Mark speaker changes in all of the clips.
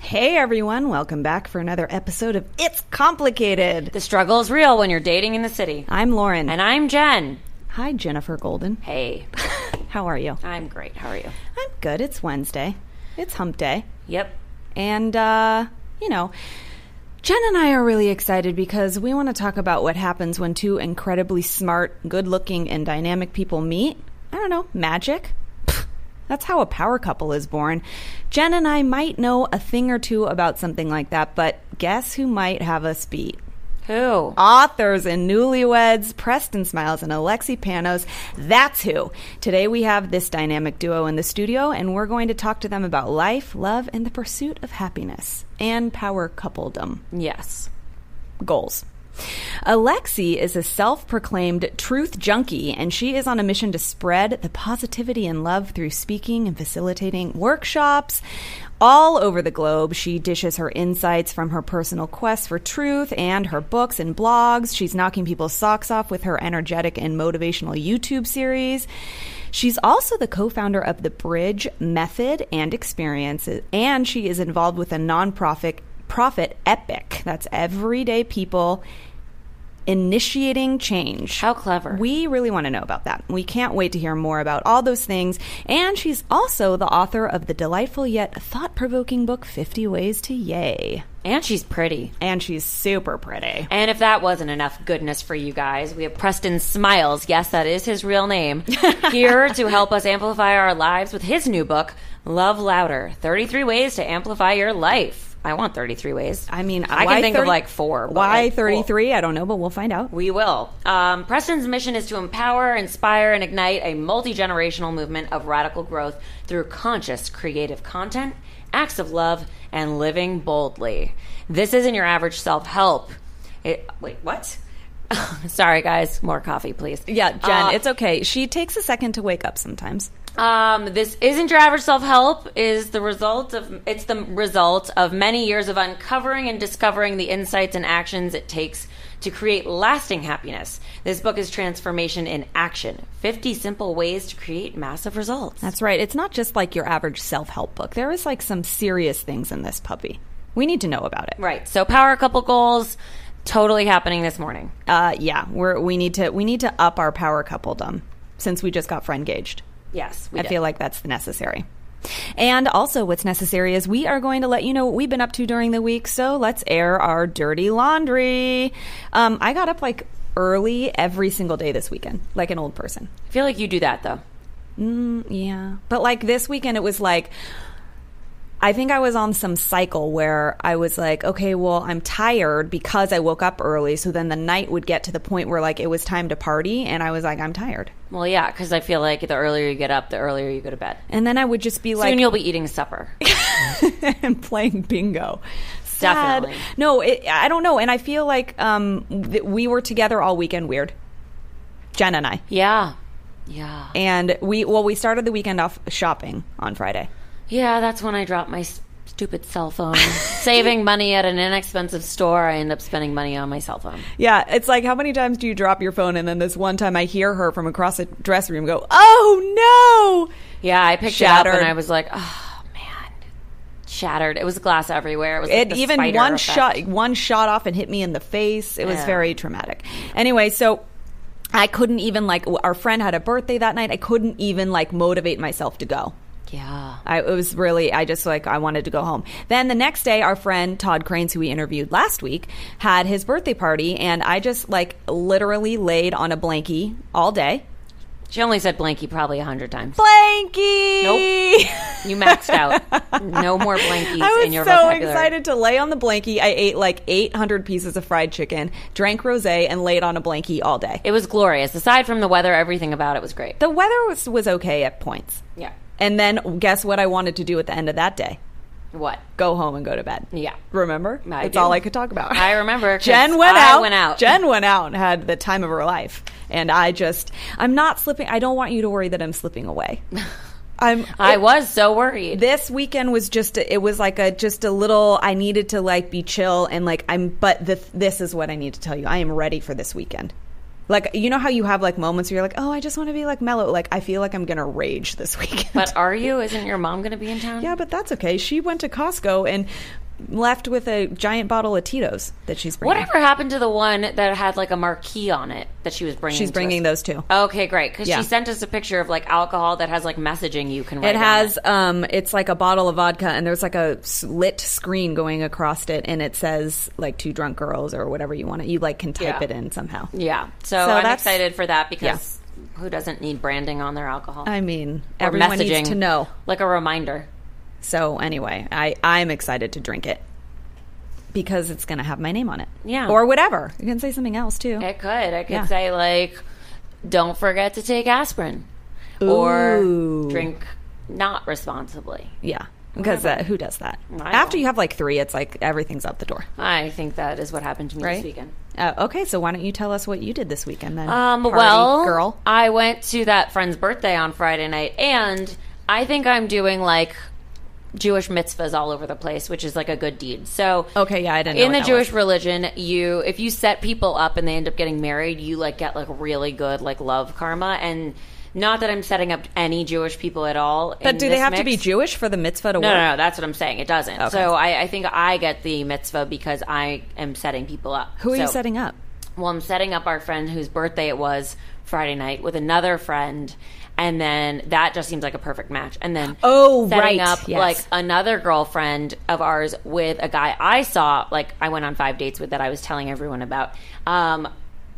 Speaker 1: Hey everyone, welcome back for another episode of It's Complicated.
Speaker 2: The struggle is real when you're dating in the city.
Speaker 1: I'm Lauren.
Speaker 2: And I'm Jen.
Speaker 1: Hi, Jennifer Golden.
Speaker 2: Hey,
Speaker 1: How are you?
Speaker 2: I'm great. How are you?
Speaker 1: I'm good. It's Wednesday. It's hump day.
Speaker 2: Yep.
Speaker 1: And, uh, you know, Jen and I are really excited because we want to talk about what happens when two incredibly smart, good looking, and dynamic people meet. I don't know, magic? Pfft, That's how a power couple is born. Jen and I might know a thing or two about something like that, but guess who might have us beat?
Speaker 2: Who?
Speaker 1: authors and newlyweds, Preston Smiles and Alexi Panos. That's who. Today we have this dynamic duo in the studio, and we're going to talk to them about life, love, and the pursuit of happiness and power coupledom
Speaker 2: Yes.
Speaker 1: goals. Alexi is a self proclaimed truth junkie, and she is on a mission to spread the positivity and love through speaking and facilitating workshops. All over the globe, she dishes her insights from her personal quest for truth and her books and blogs. She's knocking people's socks off with her energetic and motivational YouTube series. She's also the co-founder of the Bridge Method and Experiences, and she is involved with a nonprofit profit epic. That's everyday people initiating change.
Speaker 2: How clever.
Speaker 1: We really want to know about that. We can't wait to hear more about all those things. And she's also the author of the delightful yet thought-provoking book 50 Ways to Yay.
Speaker 2: And she's pretty.
Speaker 1: And she's super pretty.
Speaker 2: And if that wasn't enough goodness for you guys, we have Preston Smiles. Yes, that is his real name. here to help us amplify our lives with his new book, Love Louder 33 Ways to Amplify Your Life. I want 33 ways.
Speaker 1: I mean,
Speaker 2: I
Speaker 1: why
Speaker 2: can think
Speaker 1: 30
Speaker 2: of like four. but,
Speaker 1: Why
Speaker 2: like, cool.
Speaker 1: 33? I don't know, but we'll find out.
Speaker 2: We will. Um, Preston's mission is to empower, inspire, and ignite a multi generational movement of radical growth through conscious creative content, acts of love, and living boldly. This isn't your average self help. Wait, what? Sorry, guys. More coffee, please.
Speaker 1: Yeah, Jen,
Speaker 2: Uh,
Speaker 1: it's okay. She takes a second to wake up sometimes.
Speaker 2: Um, this isn't your average self help. Is the result of it's the result of many years of uncovering and discovering the insights and actions it takes to create lasting happiness. This book is transformation in action: fifty simple ways to create massive results.
Speaker 1: That's right. It's not just like your average self-help book. There is like some serious things in this puppy. We need to know about it.
Speaker 2: right. So, power couple goals totally happening this morning.
Speaker 1: Uh, yeah, we're we need to we need to up our power coupledom since we just got friend gauged.
Speaker 2: Yes, we
Speaker 1: I
Speaker 2: did.
Speaker 1: feel like that's necessary. And also, what's necessary is we are going to let you know what we've been up to during the week. So let's air our dirty laundry. Um, I got up like early every single day this weekend, like an old person.
Speaker 2: I feel like you do that though.
Speaker 1: Yeah. But like this weekend, it was like, I think I was on some cycle where I was like, okay, well, I'm tired because I woke up early. So then the night would get to the point where like it was time to party. And I was like, I'm tired.
Speaker 2: Well, yeah, because I feel like the earlier you get up, the earlier you go to bed.
Speaker 1: And then I would just be like,
Speaker 2: Soon you'll be eating supper.
Speaker 1: and playing bingo. Sad.
Speaker 2: Definitely.
Speaker 1: No, it, I don't know. And I feel like um, that we were together all weekend weird. Jen and I.
Speaker 2: yeah, yeah.
Speaker 1: And we, well, we started the weekend off shopping on Friday.
Speaker 2: Yeah, that's when I dropped my s- stupid cell phone. Saving money at an inexpensive store, I end up spending money on my cell phone.
Speaker 1: Yeah, it's like how many times do you drop your phone and then this one time I hear her from across the dressing room go, "Oh no!"
Speaker 2: Yeah, I picked it up
Speaker 1: Shattered.
Speaker 2: and I was like, oh man, shattered. It was glass everywhere. It was like
Speaker 1: It
Speaker 2: the
Speaker 1: even
Speaker 2: spider
Speaker 1: one
Speaker 2: effect.
Speaker 1: shot one shot off and hit me in the face. It was
Speaker 2: Yeah.
Speaker 1: very traumatic. Anyway, so I couldn't even like w- our friend had a birthday that night. I couldn't even like motivate myself to go.
Speaker 2: Yeah.
Speaker 1: I it was really I just like I wanted to go home. Then the next day our friend Todd Cranes who we interviewed last week had his birthday party and I just like literally laid on a blankie all day.
Speaker 2: She only said blankie probably a hundred times.
Speaker 1: Blankie.
Speaker 2: Nope. You maxed out. No more blankies
Speaker 1: I was
Speaker 2: in your
Speaker 1: so
Speaker 2: vocabulary.
Speaker 1: excited to lay on the blankie. I ate like 800 pieces of fried chicken, drank rosé, and laid on a blankie all day.
Speaker 2: It was glorious. Aside from the weather, everything about it was great.
Speaker 1: the weather was was okay at points.
Speaker 2: yeah.
Speaker 1: And then guess what I wanted to do at the end of that day?
Speaker 2: What?
Speaker 1: Go home and go to bed.
Speaker 2: Yeah.
Speaker 1: Remember?
Speaker 2: I
Speaker 1: That's
Speaker 2: do.
Speaker 1: all I could talk about.
Speaker 2: I remember, 'cause
Speaker 1: Jen went
Speaker 2: I
Speaker 1: out.
Speaker 2: went out.
Speaker 1: Jen went out and had the time of her life. And I just, I'm not slipping. I don't want you to worry that I'm slipping away. I'm.
Speaker 2: I was so worried.
Speaker 1: this weekend was just a, it was like a just a little i needed to like be chill and like i'm but the, this is what i need to tell you i am ready for this weekend like you know how you have like moments where you're like oh i just want to be like mellow like i feel like i'm gonna rage this weekend
Speaker 2: But are you? Isn't your mom going to be in town?
Speaker 1: yeah but that's okay she went to costco and left with a giant bottle of tito's that she's bringing
Speaker 2: Whatever happened to the one that had like a marquee on it that she was bringing?
Speaker 1: she's
Speaker 2: to
Speaker 1: bringing
Speaker 2: us?
Speaker 1: those two
Speaker 2: Okay, great. Because
Speaker 1: Yeah.
Speaker 2: she sent us a picture of like alcohol that has like messaging you can. Write
Speaker 1: It
Speaker 2: on
Speaker 1: has um it's like a bottle of vodka and there's like a s- lit screen going across it and it says like two drunk girls or whatever you want it. You like can type
Speaker 2: Yeah.
Speaker 1: it in somehow.
Speaker 2: Yeah. So,
Speaker 1: So
Speaker 2: I'm
Speaker 1: that's-
Speaker 2: excited for that because who doesn't need branding on their alcohol?
Speaker 1: I mean,
Speaker 2: Or
Speaker 1: everyone needs to know.
Speaker 2: Like a reminder.
Speaker 1: So anyway, I I'm excited to drink it because it's going to have my name on it.
Speaker 2: Yeah.
Speaker 1: Or whatever. You can say something else too.
Speaker 2: It could. I could
Speaker 1: Yeah.
Speaker 2: say like, don't forget to take aspirin,
Speaker 1: Ooh.
Speaker 2: or drink not responsibly.
Speaker 1: yeah. Because uh, who does that?
Speaker 2: I
Speaker 1: After
Speaker 2: don't.
Speaker 1: you have like 3, it's like everything's out the door.
Speaker 2: I think that is what happened to me
Speaker 1: Right?
Speaker 2: this weekend.
Speaker 1: Uh, okay, so why don't you tell us what you did this weekend then?
Speaker 2: Um,
Speaker 1: party
Speaker 2: well,
Speaker 1: girl.
Speaker 2: I went to that friend's birthday on Friday night, and I think I'm doing like Jewish mitzvahs all over the place, which is like a good deed. So,
Speaker 1: Okay, yeah, I didn't know
Speaker 2: In
Speaker 1: what
Speaker 2: the
Speaker 1: that
Speaker 2: Jewish
Speaker 1: was.
Speaker 2: religion, you if you set people up and they end up getting married, you like get like really good like love karma and. Not that I'm setting up any Jewish people at all.
Speaker 1: But do they have to be Jewish for the mitzvah to
Speaker 2: No,
Speaker 1: work?
Speaker 2: no, no. That's what I'm saying. It doesn't.
Speaker 1: Okay.
Speaker 2: So I, I think I get the mitzvah because I am setting people up.
Speaker 1: Who are you
Speaker 2: So-
Speaker 1: setting up?
Speaker 2: well, I'm setting up our friend whose birthday it was Friday night with another friend. And then that just seems like a perfect match. And then
Speaker 1: Oh,
Speaker 2: setting
Speaker 1: right.
Speaker 2: up
Speaker 1: Yes.
Speaker 2: like another girlfriend of ours with a guy I saw. Like I went on five dates with that I was telling everyone about. Um,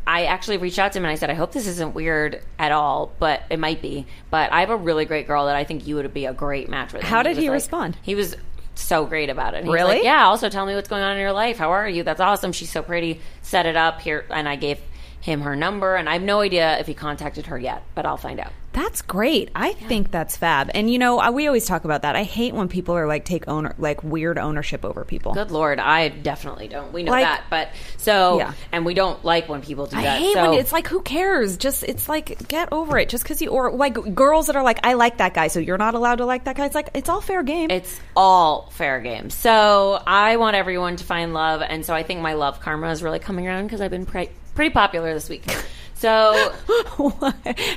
Speaker 2: I actually reached out to him and I said, I hope this isn't weird at all, but it might be. But I have a really great girl that I think you would be a great match with.
Speaker 1: How
Speaker 2: And
Speaker 1: did
Speaker 2: was
Speaker 1: he
Speaker 2: like-
Speaker 1: respond?
Speaker 2: He was so great about it. And he was
Speaker 1: Really?
Speaker 2: like, yeah. Also, tell me what's going on in your life. How are you? That's awesome. She's so pretty. Set it up here, and I gave him her number, and I have no idea if he contacted her yet, but I'll find out.
Speaker 1: That's great. I think that's fab. And you know, I- we always talk about that. I hate when people are like take owner like weird ownership over people.
Speaker 2: Good lord, I definitely don't. We know
Speaker 1: Like-
Speaker 2: that, but so
Speaker 1: Yeah.
Speaker 2: and we don't like when people do
Speaker 1: I
Speaker 2: that.
Speaker 1: hate
Speaker 2: so
Speaker 1: when it's like who cares? Just it's like get over it. Just because you or like girls that are like I like that guy, so you're not allowed to like that guy. It's like it's all fair game.
Speaker 2: It's all fair game. So I want everyone to find love, and so I think my love karma is really coming around because I've been pre- pretty popular this week. So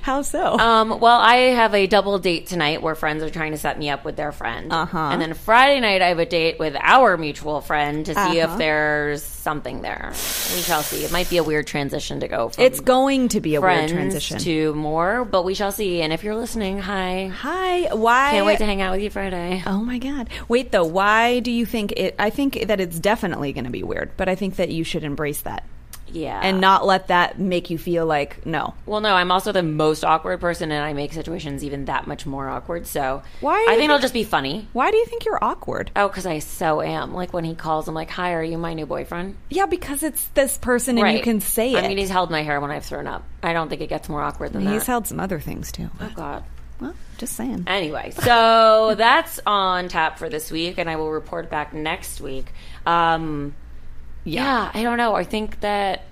Speaker 1: How so?
Speaker 2: Um, well, I have a double date tonight where friends are trying to set me up with their friend.
Speaker 1: Uh-huh.
Speaker 2: And then Friday night, I have a date with our mutual friend to see
Speaker 1: Uh-huh.
Speaker 2: if there's something there. We shall see. It might be a weird transition to go from
Speaker 1: it's going to be a weird
Speaker 2: friends
Speaker 1: transition.
Speaker 2: to more, but we shall see. And if you're listening, hi.
Speaker 1: Hi, why?
Speaker 2: Can't wait to hang out with you Friday.
Speaker 1: Oh my God. Wait, though, why do you think it? I think that it's definitely going to be weird, but I think that you should embrace that
Speaker 2: Yeah.
Speaker 1: and not let that make you feel like, no.
Speaker 2: Well, no, I'm also the most awkward person, and I make situations even that much more awkward. So
Speaker 1: Why are
Speaker 2: I
Speaker 1: you-
Speaker 2: think it'll just be funny.
Speaker 1: Why do you think you're awkward?
Speaker 2: Oh, because I so am. Like when he calls, I'm like, "Hi, are you my new boyfriend?"
Speaker 1: Yeah, because it's this person and you can say it.
Speaker 2: I mean, he's held my hair when I've thrown up. I don't think it gets more awkward than
Speaker 1: He's
Speaker 2: that.
Speaker 1: held some other things too.
Speaker 2: Oh, God.
Speaker 1: Well, just saying.
Speaker 2: Anyway, so that's on tap for this week, and I will report back next week. Um, yeah. I don't know. I think that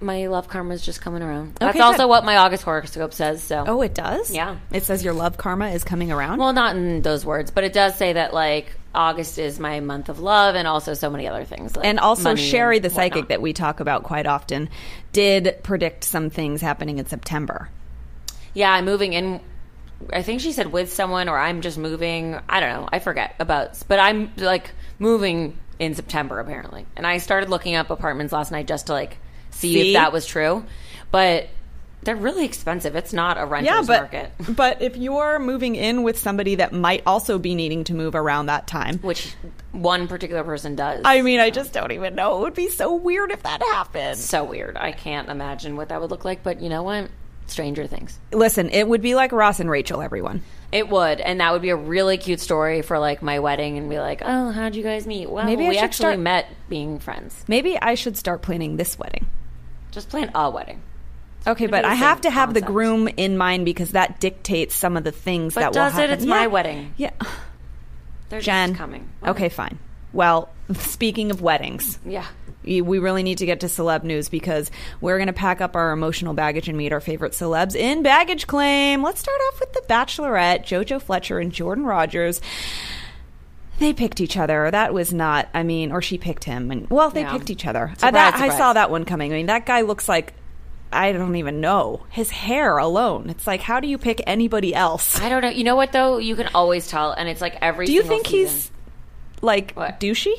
Speaker 2: my love karma is just coming around. that's
Speaker 1: good.
Speaker 2: also what my August horoscope says. So,
Speaker 1: Oh, it does?
Speaker 2: Yeah.
Speaker 1: It says your love karma is coming around.
Speaker 2: well, not in those words, but it does say that like August is my month of love, and also so many other things. Like
Speaker 1: and also,
Speaker 2: money
Speaker 1: Sherry,
Speaker 2: and
Speaker 1: the psychic
Speaker 2: whatnot.
Speaker 1: that we talk about quite often, did predict some things happening in September.
Speaker 2: Yeah, I'm moving in. I think she said with someone, or I'm just moving. I don't know. I forget about, but I'm like moving in September apparently. And I started looking up apartments last night just to like see,
Speaker 1: See?
Speaker 2: if that was true. But they're really expensive. It's not a renter's
Speaker 1: yeah, but
Speaker 2: market,
Speaker 1: but if you're moving in with somebody that might also be needing to move around that time,
Speaker 2: which one particular person does.
Speaker 1: I mean, I just don't even know. It would be so weird if that happened.
Speaker 2: so weird. I can't imagine what that would look like. But you know what? Stranger things.
Speaker 1: Listen, it would be like Ross and Rachel. Everyone,
Speaker 2: It would, and that would be a really cute story for like my wedding, and be like, "Oh, how'd you guys meet?" Well,
Speaker 1: Maybe I
Speaker 2: we
Speaker 1: should
Speaker 2: actually
Speaker 1: start-
Speaker 2: met being friends.
Speaker 1: maybe I should start planning this wedding.
Speaker 2: Just plan a wedding.
Speaker 1: Okay,
Speaker 2: gonna
Speaker 1: but
Speaker 2: be
Speaker 1: I
Speaker 2: the
Speaker 1: have
Speaker 2: same
Speaker 1: to have the
Speaker 2: concept.
Speaker 1: groom in mind because that dictates some of the things that
Speaker 2: does
Speaker 1: will
Speaker 2: it?
Speaker 1: happen.
Speaker 2: It's my wedding.
Speaker 1: Yeah.
Speaker 2: They're
Speaker 1: Jen.
Speaker 2: just coming.
Speaker 1: Okay, fine. Well, speaking of weddings,
Speaker 2: Yeah.
Speaker 1: y- we really need to get to celeb news because we're going to pack up our emotional baggage and meet our favorite celebs in baggage claim. Let's start off with the Bachelorette, JoJo Fletcher and Jordan Rogers. They picked each other. That was not, I mean, or she picked him. And well, they
Speaker 2: Yeah.
Speaker 1: picked each other. Uh,
Speaker 2: Surprise,
Speaker 1: that- I
Speaker 2: surprise.
Speaker 1: saw that one coming. I mean, that guy looks like I don't even know his hair alone. It's like, how do you pick anybody else?
Speaker 2: I don't know. You know what though? You can always tell, and it's like every.
Speaker 1: Do you
Speaker 2: single
Speaker 1: think
Speaker 2: season.
Speaker 1: he's like
Speaker 2: What?
Speaker 1: douchey?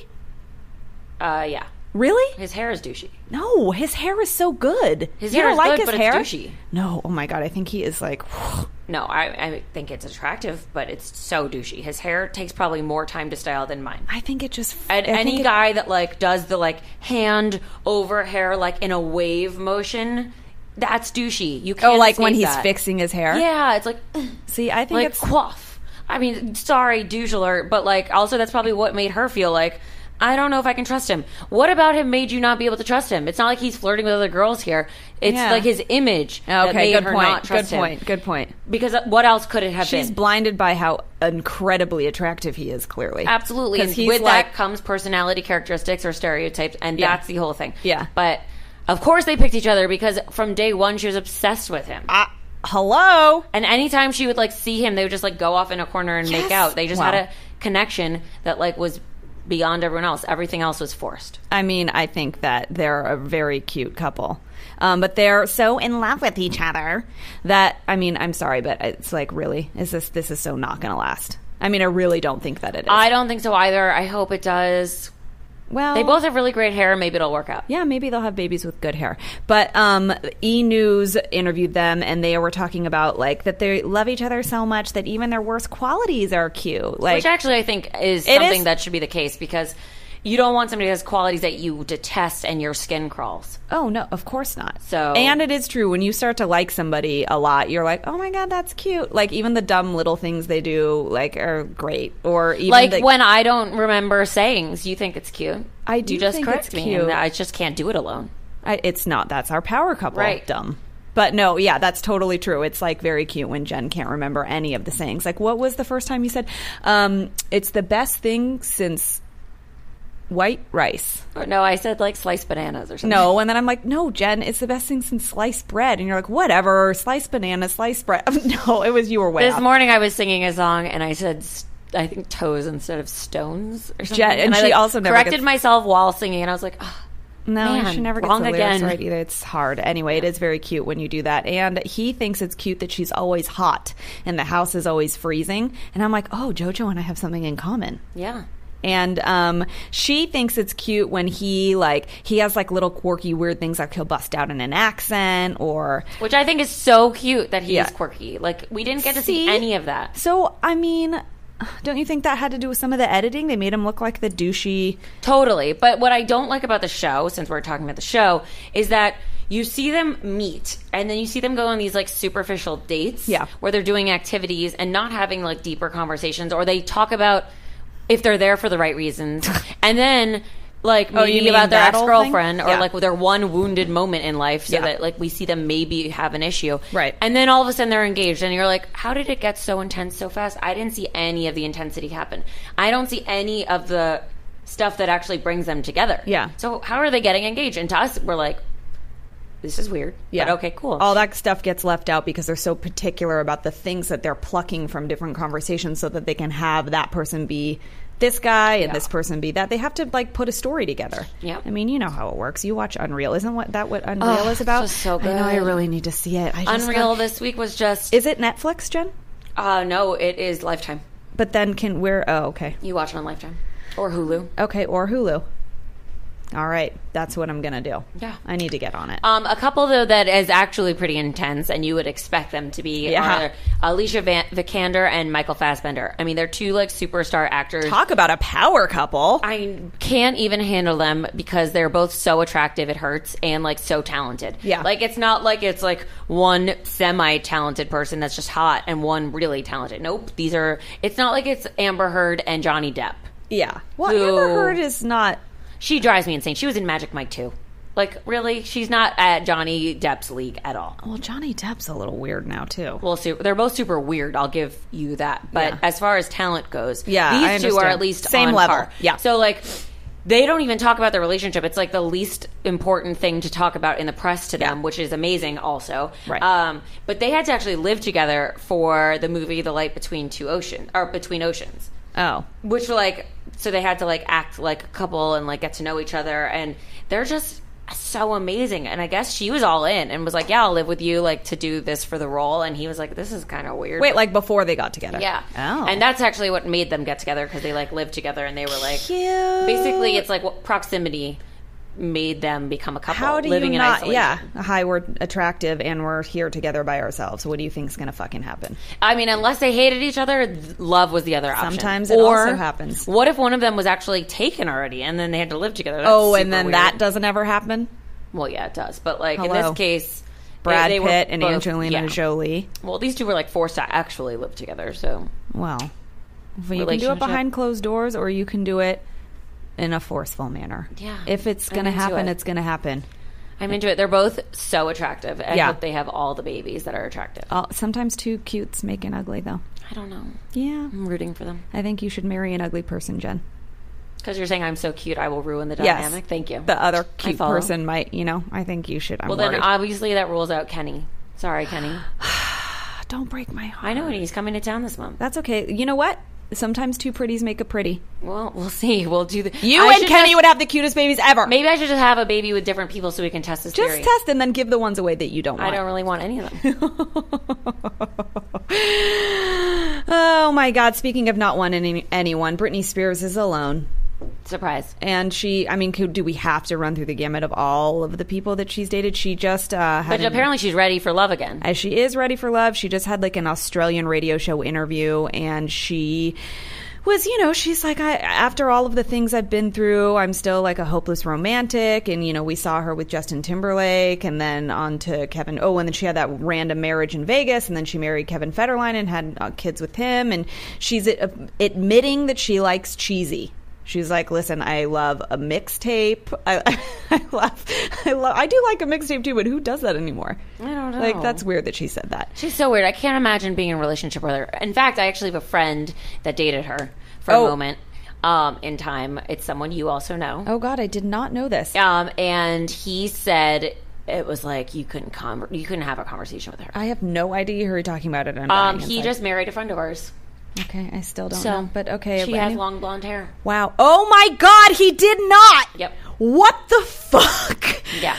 Speaker 2: Uh, yeah.
Speaker 1: Really?
Speaker 2: His hair is douchey.
Speaker 1: No, his hair is so good.
Speaker 2: His
Speaker 1: you
Speaker 2: hair
Speaker 1: don't
Speaker 2: is
Speaker 1: like
Speaker 2: good,
Speaker 1: his
Speaker 2: but it's
Speaker 1: hair?
Speaker 2: douchey.
Speaker 1: No, oh my god, I think he is like.
Speaker 2: No, I, I think it's attractive, but it's so douchey. His hair takes probably more time to style than mine.
Speaker 1: I think it just.
Speaker 2: And
Speaker 1: I think
Speaker 2: any
Speaker 1: it-
Speaker 2: guy that like does the like hand over hair like in a wave motion, that's douchey. You can't
Speaker 1: Oh, like when
Speaker 2: escape
Speaker 1: he's
Speaker 2: that.
Speaker 1: fixing his hair.
Speaker 2: Yeah, it's like
Speaker 1: See, I think
Speaker 2: like
Speaker 1: it's.
Speaker 2: quaff. I mean, sorry, douche alert, but like also that's probably what made her feel like I don't know if I can trust him. What about him made you not be able to trust him? It's not like he's flirting with other girls here. It's
Speaker 1: Yeah.
Speaker 2: like his image that
Speaker 1: Okay,
Speaker 2: made
Speaker 1: good
Speaker 2: her
Speaker 1: point.
Speaker 2: not
Speaker 1: Good
Speaker 2: trust him.
Speaker 1: point. Good point.
Speaker 2: Because uh, what else could it have
Speaker 1: She's
Speaker 2: been?
Speaker 1: blinded by how incredibly attractive he is. Clearly,
Speaker 2: Absolutely.
Speaker 1: 'Cause
Speaker 2: And
Speaker 1: he's
Speaker 2: with
Speaker 1: like,
Speaker 2: that comes personality characteristics or stereotypes, and
Speaker 1: Yeah.
Speaker 2: that's the whole thing.
Speaker 1: Yeah.
Speaker 2: But of course they picked each other because from day one she was obsessed with him.
Speaker 1: "Ah, hello.
Speaker 2: and anytime she would like see him, they would just like go off in a corner and
Speaker 1: Yes.
Speaker 2: make out. They just
Speaker 1: Wow.
Speaker 2: had a connection that like was beyond everyone else. Everything else was forced.
Speaker 1: I mean, I think that they're a very cute couple. Um, but they're so in love with each other that I mean, I'm sorry, but it's like really, is this this is so not going to last? I mean, I really don't think that it is.
Speaker 2: I don't think so either. I hope it does.
Speaker 1: well,
Speaker 2: They both have really great hair. Maybe it'll work out.
Speaker 1: Yeah, maybe they'll have babies with good hair. But um, E News interviewed them, and they were talking about like that they love each other so much that even their worst qualities are cute. Like,
Speaker 2: Which actually I think is
Speaker 1: It
Speaker 2: something
Speaker 1: is-
Speaker 2: that should be the case because you don't want somebody that has qualities that you detest and your skin crawls.
Speaker 1: oh no, of course not.
Speaker 2: So-
Speaker 1: and it is true when you start to like somebody a lot, you're like, oh my god, that's cute. Like even the dumb little things they do, like are great. Or even
Speaker 2: like
Speaker 1: the-
Speaker 2: when I don't remember sayings, you think it's cute.
Speaker 1: I do
Speaker 2: You just
Speaker 1: think
Speaker 2: correct
Speaker 1: it's
Speaker 2: me.
Speaker 1: cute.
Speaker 2: And I just can't do it alone.
Speaker 1: I, it's not. That's our power couple.
Speaker 2: Right.
Speaker 1: Dumb. But no, yeah, that's totally true. It's like very cute when Jen can't remember any of the sayings. Like, what was the first time you said, um, it's the best thing since white rice?
Speaker 2: Or no, I said like sliced bananas or something.
Speaker 1: No. And then I'm like, no, Jen, it's the best thing since sliced bread. And you're like, whatever, sliced banana, sliced bread. no, it was you were way
Speaker 2: This
Speaker 1: off.
Speaker 2: morning I was singing a song and I said s- I think toes instead of stones or something.
Speaker 1: and
Speaker 2: I,
Speaker 1: she
Speaker 2: like,
Speaker 1: also never
Speaker 2: corrected
Speaker 1: gets-
Speaker 2: myself while singing and I was like, oh,
Speaker 1: No, you
Speaker 2: Man,
Speaker 1: should never get
Speaker 2: wrong
Speaker 1: the lyrics
Speaker 2: again.
Speaker 1: right either. It's hard. Anyway, it is very cute when you do that. And he thinks it's cute that she's always hot and the house is always freezing. And I'm like, oh, Jojo and I have something in common.
Speaker 2: yeah.
Speaker 1: And um, she thinks it's cute when he like he has like little quirky weird things like he'll bust out in an accent or
Speaker 2: Which I think is so cute that he
Speaker 1: Yeah.
Speaker 2: is quirky. Like we didn't get to
Speaker 1: See?
Speaker 2: see any of that.
Speaker 1: so. I mean, don't you think that had to do with some of the editing? They made him look like the douchey.
Speaker 2: Totally. But what I don't like about the show, since we're talking about the show, is that you see them meet and then you see them go on these like superficial dates
Speaker 1: Yeah.
Speaker 2: where they're doing activities and not having like deeper conversations or they talk about if they're there for the right reasons. and then like
Speaker 1: Oh, you
Speaker 2: maybe
Speaker 1: mean
Speaker 2: about their
Speaker 1: that
Speaker 2: ex
Speaker 1: whole
Speaker 2: girlfriend
Speaker 1: thing?
Speaker 2: or
Speaker 1: Yeah.
Speaker 2: like their one wounded moment in life so
Speaker 1: Yeah.
Speaker 2: that like we see them maybe have an issue.
Speaker 1: Right.
Speaker 2: And then all of a sudden they're engaged and you're like, how did it get so intense so fast? I didn't see any of the intensity happen. I don't see any of the stuff that actually brings them together.
Speaker 1: Yeah.
Speaker 2: So how are they getting engaged? And to us, we're like, this is weird.
Speaker 1: Yeah.
Speaker 2: But okay, cool.
Speaker 1: All that stuff gets left out because they're so particular about the things that they're plucking from different conversations so that they can have that person be this guy and this person be that. They have to like put a story together.
Speaker 2: Yep.
Speaker 1: I mean, you know how it works. You watch Unreal. Isn't what that what Unreal
Speaker 2: Ugh,
Speaker 1: is about?
Speaker 2: this was so
Speaker 1: I know I
Speaker 2: good.
Speaker 1: really need to see it. I just
Speaker 2: Unreal
Speaker 1: got-
Speaker 2: this week was just.
Speaker 1: Is it Netflix, Jen?
Speaker 2: uh, no, it is Lifetime.
Speaker 1: But then can we're oh okay.
Speaker 2: You watch it on Lifetime or Hulu.
Speaker 1: Okay, or Hulu. All right. That's what I'm gonna do.
Speaker 2: Yeah.
Speaker 1: I need to get on it.
Speaker 2: Um, a couple though that is actually pretty intense, and you would expect them to be.
Speaker 1: Yeah.
Speaker 2: Are Alicia Van- Vikander and Michael Fassbender. I mean, they're two like superstar actors.
Speaker 1: Talk about a power couple.
Speaker 2: I can't even handle them because they're both so attractive. It hurts and like so talented.
Speaker 1: Yeah.
Speaker 2: like it's not like it's like one semi-talented person that's just hot and one really talented. Nope, these are. It's not like it's Amber Heard and Johnny Depp.
Speaker 1: yeah. Well,
Speaker 2: Who-
Speaker 1: Amber Heard is not
Speaker 2: She drives me insane. She was in Magic Mike too. Like, really? She's not at Johnny Depp's league at all.
Speaker 1: Well, Johnny Depp's a little weird now too.
Speaker 2: Well, su- they're both super weird. I'll give you that. But
Speaker 1: Yeah.
Speaker 2: as far as talent goes,
Speaker 1: Yeah,
Speaker 2: these
Speaker 1: I
Speaker 2: two are
Speaker 1: understand.
Speaker 2: at least
Speaker 1: Same
Speaker 2: on
Speaker 1: level.
Speaker 2: par.
Speaker 1: Yeah.
Speaker 2: So like, they don't even talk about their relationship. It's like the least important thing to talk about in the press to them, which is amazing. Also,
Speaker 1: Right.
Speaker 2: Um, but they had to actually live together for the movie The Light Between Two Oceans or Between Oceans
Speaker 1: Oh,
Speaker 2: which were like so they had to like act like a couple and like get to know each other and they're just so amazing and i guess she was all in and was like yeah i'll live with you like to do this for the role and he was like this is kind of weird
Speaker 1: wait, like before they got together.
Speaker 2: yeah
Speaker 1: Oh,
Speaker 2: and that's actually what made them get together because they like lived together and they were like basically it's like what proximity made them become a couple
Speaker 1: How do
Speaker 2: living
Speaker 1: you
Speaker 2: in
Speaker 1: not?
Speaker 2: isolation
Speaker 1: Yeah, hi, we're attractive and we're here together by ourselves. What do you think's gonna fucking happen?
Speaker 2: I mean, unless they hated each other, th- love was the other option.
Speaker 1: Sometimes it also happens.
Speaker 2: What if one of them was actually taken already, and then they had to live together? That's
Speaker 1: oh,
Speaker 2: super
Speaker 1: and then
Speaker 2: weird.
Speaker 1: that doesn't ever happen.
Speaker 2: Well, yeah, it does. But like in
Speaker 1: Hello.
Speaker 2: this case,
Speaker 1: Brad
Speaker 2: they- they were
Speaker 1: Pitt and
Speaker 2: both-
Speaker 1: Angelina
Speaker 2: yeah.
Speaker 1: Jolie.
Speaker 2: Well, these two were like forced to actually live together. So
Speaker 1: Well, you can do it
Speaker 2: Relationship.
Speaker 1: behind closed doors, or you can do it in a forceful manner.
Speaker 2: Yeah.
Speaker 1: If it's
Speaker 2: I'm
Speaker 1: gonna
Speaker 2: into
Speaker 1: happen,
Speaker 2: it.
Speaker 1: it's gonna happen.
Speaker 2: I'm into it. They're both so attractive. I
Speaker 1: Yeah.
Speaker 2: hope they have all the babies that are attractive.
Speaker 1: Uh, sometimes two cutes make an ugly, though.
Speaker 2: I don't know.
Speaker 1: Yeah.
Speaker 2: I'm rooting for them
Speaker 1: I think you should marry an ugly person, Jen.
Speaker 2: because you're saying I'm so cute. I will ruin the
Speaker 1: Yes.
Speaker 2: dynamic. Thank you.
Speaker 1: The other
Speaker 2: I
Speaker 1: cute
Speaker 2: follow.
Speaker 1: person might, you know, I think you should. I'm
Speaker 2: Well, then
Speaker 1: worried.
Speaker 2: obviously that rules out Kenny. Sorry, Kenny.
Speaker 1: don't break my heart.
Speaker 2: I know, and he's coming to town this month.
Speaker 1: That's okay. You know what? Sometimes two pretties make a pretty.
Speaker 2: Well, we'll see. We'll do the.
Speaker 1: You
Speaker 2: I
Speaker 1: and
Speaker 2: should
Speaker 1: Kenny
Speaker 2: just-
Speaker 1: would have the cutest babies ever.
Speaker 2: Maybe I should just have a baby with different people so we can test this
Speaker 1: Just
Speaker 2: theory.
Speaker 1: test and then give the ones away that you don't
Speaker 2: I
Speaker 1: want.
Speaker 2: don't really want any of them.
Speaker 1: oh my God! Speaking of not wanting any- anyone, Britney Spears is alone.
Speaker 2: Surprise.
Speaker 1: And she, I mean, could, do we have to run through the gamut of all of the people that she's dated? She just uh, had
Speaker 2: But
Speaker 1: an-
Speaker 2: apparently she's ready for love again.
Speaker 1: as she is ready for love. She just had like an Australian radio show interview and she was, you know, she's like, I, after all of the things I've been through, I'm still like a hopeless romantic. And, you know, we saw her with Justin Timberlake and then on to Kevin. Oh, and then she had that random marriage in Vegas and then she married Kevin Federline and had uh, kids with him. And she's uh, admitting that she likes cheesy. She's like, listen, I love a mixtape. I, I love, I love, I do like a mixtape too, but who does that anymore?
Speaker 2: I don't
Speaker 1: Like
Speaker 2: know.
Speaker 1: that's weird that she said that.
Speaker 2: She's so weird. I can't imagine being in a relationship with her. In fact, I actually have a friend that dated her for
Speaker 1: Oh.
Speaker 2: a moment um, in time. It's someone you also know.
Speaker 1: Oh God, I did not know this.
Speaker 2: Um, and he said it was like you couldn't con- you couldn't have a conversation with her.
Speaker 1: I have no idea who you're talking about. It.
Speaker 2: Um, he just married a friend of ours.
Speaker 1: okay. I still don't
Speaker 2: So,
Speaker 1: know. But okay,
Speaker 2: she
Speaker 1: but I
Speaker 2: has
Speaker 1: knew-
Speaker 2: long blonde hair.
Speaker 1: Wow. Oh my God, he did not.
Speaker 2: Yep.
Speaker 1: What the fuck?
Speaker 2: Yeah.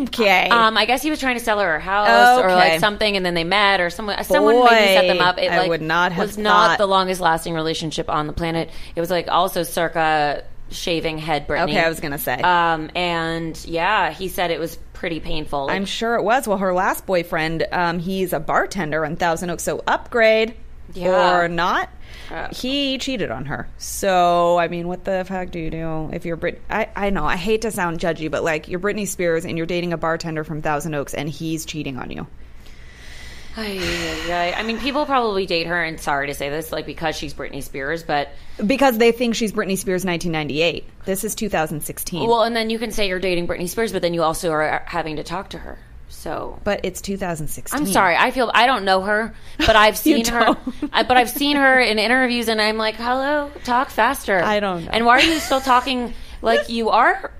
Speaker 1: Okay.
Speaker 2: Um, I guess he was trying to sell her a house or
Speaker 1: Okay.
Speaker 2: like something, and then they met or someone someone maybe set them up. It
Speaker 1: I
Speaker 2: like,
Speaker 1: would not have
Speaker 2: was not
Speaker 1: thought-
Speaker 2: the longest lasting relationship on the planet. It was like also circa shaving head Brittany.
Speaker 1: okay, I was gonna say.
Speaker 2: Um, and yeah, he said it was pretty painful. Like,
Speaker 1: I'm sure it was. Well, her last boyfriend, um, he's a bartender in Thousand Oaks, so upgrade
Speaker 2: Yeah. Uh,
Speaker 1: or not.
Speaker 2: Yeah.
Speaker 1: He cheated on her. So, I mean, what the fuck do you do if you're Brit? I, I know, I hate to sound judgy, but like you're Britney Spears and you're dating a bartender from Thousand Oaks and he's cheating on you.
Speaker 2: ay, ay, ay. I mean, people probably date her, and sorry to say this, like because she's Britney Spears, but
Speaker 1: Because they think she's Britney Spears 1998. This is 2016.
Speaker 2: well, and then you can say you're dating Britney Spears, but then you also are having to talk to her. So
Speaker 1: but it's 2016.
Speaker 2: I'm sorry. I feel I don't know her, but I've seen her.
Speaker 1: don't.
Speaker 2: I, but I've seen her in interviews, and I'm like, "Hello, talk faster."
Speaker 1: I don't know.
Speaker 2: And why are you still talking like you are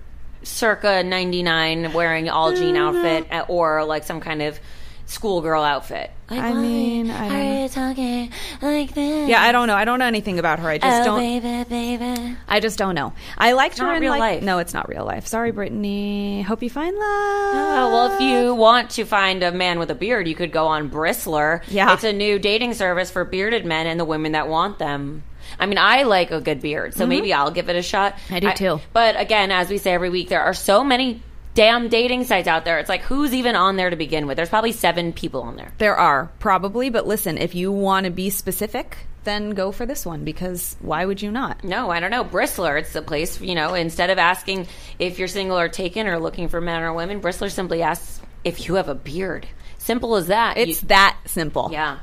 Speaker 2: circa '99, wearing all jean
Speaker 1: Mm-hmm.
Speaker 2: outfit uh, or like some kind of schoolgirl outfit? Like,
Speaker 1: I
Speaker 2: why
Speaker 1: mean, I don't
Speaker 2: are you talking like this?
Speaker 1: Yeah, I don't know. I don't know anything about her. I just
Speaker 2: oh,
Speaker 1: don't.
Speaker 2: baby, baby.
Speaker 1: I just don't know. I liked her
Speaker 2: not
Speaker 1: in
Speaker 2: real
Speaker 1: like,
Speaker 2: life.
Speaker 1: No, it's not real life. Sorry, Brittany. Hope you find
Speaker 2: Oh,
Speaker 1: love.
Speaker 2: well, if you want to find a man with a beard, you could go on Bristler.
Speaker 1: Yeah.
Speaker 2: It's a new dating service for bearded men and the women that want them. I mean, I like a good beard, so maybe I'll give it a shot.
Speaker 1: Mm-hmm. I do too.
Speaker 2: But again, as we say every week, there are so many damn dating sites out there. It's like, who's even on there to begin with? There's probably seven people on there.
Speaker 1: There are probably, but listen, if you want to be specific, then go for this one because why would you not?
Speaker 2: No, I don't know. Bristler, it's the place, you know, instead of asking if you're single or taken or looking for men or women, Bristler simply asks if you have a beard. Simple as that.
Speaker 1: It's
Speaker 2: You-
Speaker 1: that simple.
Speaker 2: yeah.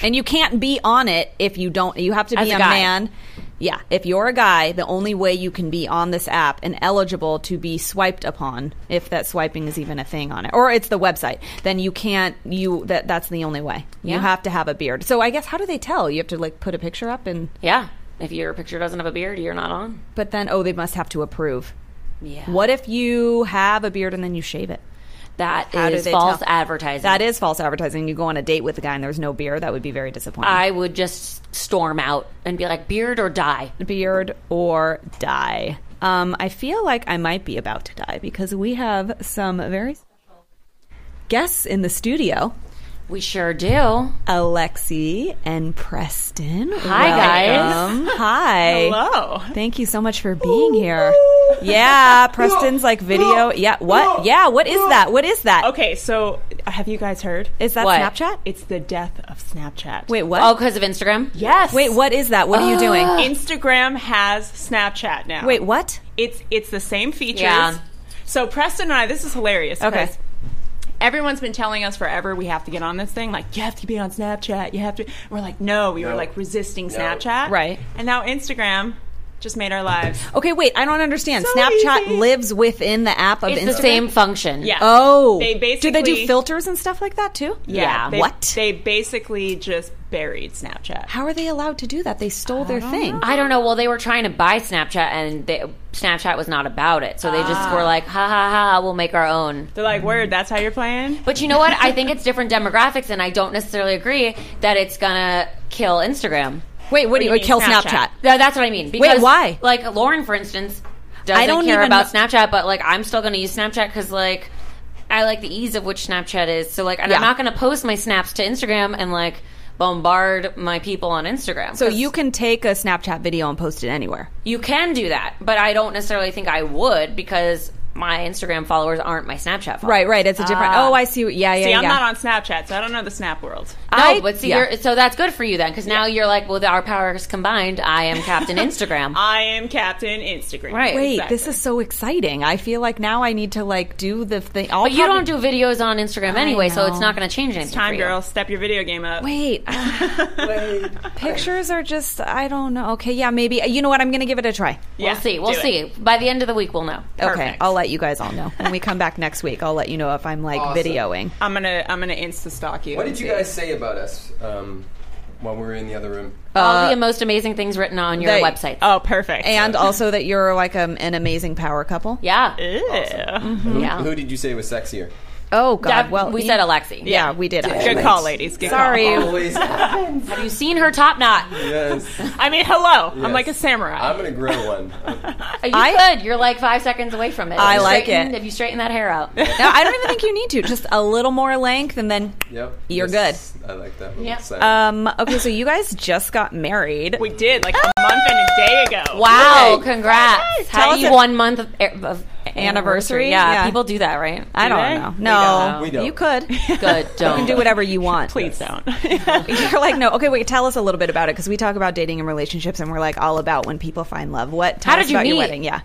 Speaker 1: And you can't be on it if you don't. You have to
Speaker 2: As
Speaker 1: be
Speaker 2: a
Speaker 1: a,
Speaker 2: guy.
Speaker 1: man Yeah, if you're a guy, the only way you can be on this app and eligible to be swiped upon, if that swiping is even a thing on it, or it's the website, then you can't. You that that's the only way. You
Speaker 2: Yeah.
Speaker 1: have to have a beard. So I guess how do they tell? You have to like put a picture up and.
Speaker 2: Yeah. If your picture doesn't have a beard, you're not on.
Speaker 1: But then, oh, they must have to approve.
Speaker 2: Yeah.
Speaker 1: What if you have a beard and then you shave it?
Speaker 2: That
Speaker 1: How do
Speaker 2: is
Speaker 1: they
Speaker 2: false
Speaker 1: tell?
Speaker 2: advertising.
Speaker 1: That is false advertising. You go on a date with a guy and there's no beard. That would be very disappointing.
Speaker 2: I would just storm out and be like, beard or die.
Speaker 1: beard or die. Um, I feel like I might be about to die because we have some very special guests in the studio
Speaker 2: We sure do.
Speaker 1: Alexi and Preston.
Speaker 2: Hi, guys.
Speaker 1: guys. Hi.
Speaker 3: Hello.
Speaker 1: Thank you so much for being here. Yeah, Preston's like video. Yeah, what? Yeah, what is that? What is that?
Speaker 3: Okay, so have you guys heard?
Speaker 1: Is that
Speaker 2: What?
Speaker 1: Snapchat?
Speaker 3: It's the death of Snapchat.
Speaker 1: Wait, what?
Speaker 2: Oh, because of Instagram?
Speaker 3: Yes.
Speaker 1: Wait, what is that? What are you doing?
Speaker 3: Instagram has Snapchat now.
Speaker 1: Wait, what?
Speaker 3: It's it's the same features.
Speaker 2: Yeah.
Speaker 3: So Preston and I, this is hilarious.
Speaker 1: Okay.
Speaker 3: 'cause Everyone's been telling us forever we have to get on this thing. Like you have to be on Snapchat. You have to. We're like, no. We were like resisting Snapchat.
Speaker 1: Right. Oh,
Speaker 3: And now Instagram just made our lives.
Speaker 1: Okay, wait, I don't understand.
Speaker 3: So
Speaker 1: Snapchat
Speaker 3: easy.
Speaker 1: lives within the app of
Speaker 2: It's
Speaker 1: Instagram.
Speaker 2: the same function.
Speaker 3: Yeah.
Speaker 1: Oh,
Speaker 3: They
Speaker 1: do they do
Speaker 3: basically-
Speaker 1: filters and stuff like that too?
Speaker 2: Yeah.
Speaker 3: They,
Speaker 1: What?
Speaker 3: They basically just buried Snapchat.
Speaker 1: How are they allowed to do that? They stole their thing.
Speaker 2: I don't know. Well, they were trying to buy Snapchat, and they, Snapchat was not about it. So they just
Speaker 1: Ah.
Speaker 2: were like, ha ha ha, we'll make our own.
Speaker 3: They're like, word. That's how you're playing.
Speaker 2: But you know what? I think it's different demographics, and I don't necessarily agree that it's gonna kill Instagram.
Speaker 1: Wait, what do you,
Speaker 3: you mean,
Speaker 1: kill Snapchat?
Speaker 3: Snapchat?
Speaker 2: No, that's what I mean. Because,
Speaker 1: why?
Speaker 2: Like Lauren, for instance, doesn't
Speaker 1: I don't
Speaker 2: care
Speaker 1: even
Speaker 2: about
Speaker 1: know-
Speaker 2: Snapchat, but like I'm still going to use Snapchat because like I like the ease of which Snapchat is. So like, and
Speaker 1: Yeah.
Speaker 2: I'm not going to post my snaps to Instagram and like bombard my people on Instagram.
Speaker 1: So you can take a Snapchat video and post it anywhere.
Speaker 2: you can do that, but I don't necessarily think I would because my Instagram followers aren't my Snapchat followers.
Speaker 1: Right, right. It's a different. oh, I see. what- Yeah, yeah,
Speaker 3: Ah. See,
Speaker 1: yeah.
Speaker 3: I'm not on Snapchat, so I don't know the Snap world.
Speaker 2: No,
Speaker 1: I-
Speaker 2: Oh, but see,
Speaker 1: yeah.
Speaker 2: you're, so that's good for you then, because now you're like, well, our powers combined, I am Captain Instagram.
Speaker 3: I am Captain Instagram.
Speaker 2: Right.
Speaker 1: Wait,
Speaker 3: Exactly.
Speaker 1: this is so exciting. I feel like now I need to like do the thing. I'll
Speaker 2: but you
Speaker 1: probably-
Speaker 2: don't do videos on Instagram anyway, so
Speaker 1: know.
Speaker 2: it's not going to change anything. for
Speaker 3: Time,
Speaker 2: you.
Speaker 3: girl, step your video game up.
Speaker 1: Wait. Pictures are just. I don't know. Okay, yeah, maybe. You know what? I'm gonna give it a try.
Speaker 3: Yeah,
Speaker 2: we'll see. We'll
Speaker 3: do it.
Speaker 2: see. By the end of the week, we'll know.
Speaker 1: Okay, I'll let you guys all know when we come back next week. I'll let you know if I'm like videoing.
Speaker 3: I'm gonna I'm gonna insta stalk you.
Speaker 4: What did you guys say about us um, while we were in the other room?
Speaker 2: All the most amazing things written on your
Speaker 1: Uh, they-
Speaker 2: website.
Speaker 3: Oh, perfect.
Speaker 1: And also that you're like um, an amazing power couple.
Speaker 2: yeah.
Speaker 3: Ew. Mm-hmm.
Speaker 2: Yeah.
Speaker 4: Who did you say was sexier?
Speaker 1: Oh God.
Speaker 2: That-
Speaker 1: well,
Speaker 2: we
Speaker 1: you-
Speaker 2: said Alexi.
Speaker 1: Yeah, we did. actually.
Speaker 3: Good call, ladies. Good
Speaker 1: Sorry.
Speaker 3: call.
Speaker 4: Always. yes.
Speaker 2: Have you seen her top knot? Uh,
Speaker 3: I mean, hello. I'm
Speaker 4: Yes.
Speaker 3: like a samurai.
Speaker 4: I'm gonna grow one.
Speaker 2: You
Speaker 1: I-
Speaker 2: could. You're like five seconds away from it.
Speaker 1: I
Speaker 2: If you
Speaker 1: like
Speaker 2: straighten-
Speaker 1: it.
Speaker 2: If you straighten that hair out.
Speaker 1: No, I don't even think you need to. Just a little more length, and then.
Speaker 4: Yep.
Speaker 1: You're
Speaker 4: Yes, I like that.
Speaker 2: Yep.
Speaker 4: Yep.
Speaker 1: Um. Okay, so you guys just got married.
Speaker 3: we did like a month and a day ago.
Speaker 2: Wow. Congrats.
Speaker 1: Tell
Speaker 2: How
Speaker 1: us
Speaker 2: do you
Speaker 1: if-
Speaker 2: one month of, of anniversary?
Speaker 1: Anniversary?
Speaker 2: Yeah,
Speaker 1: Yeah.
Speaker 2: People do that, right?
Speaker 1: I
Speaker 3: they?
Speaker 1: don't
Speaker 3: We
Speaker 1: know. No,
Speaker 4: We don't.
Speaker 1: you could. You
Speaker 2: Good. Don't
Speaker 1: can do whatever you want.
Speaker 3: Please don't.
Speaker 1: You're like no. Okay, wait. Tell us a little bit about it because we talk about dating and relationships, and we're like all about when people find love. What? Tell
Speaker 2: How
Speaker 1: us
Speaker 2: did you
Speaker 1: about your
Speaker 2: meet?
Speaker 1: wedding? Yeah.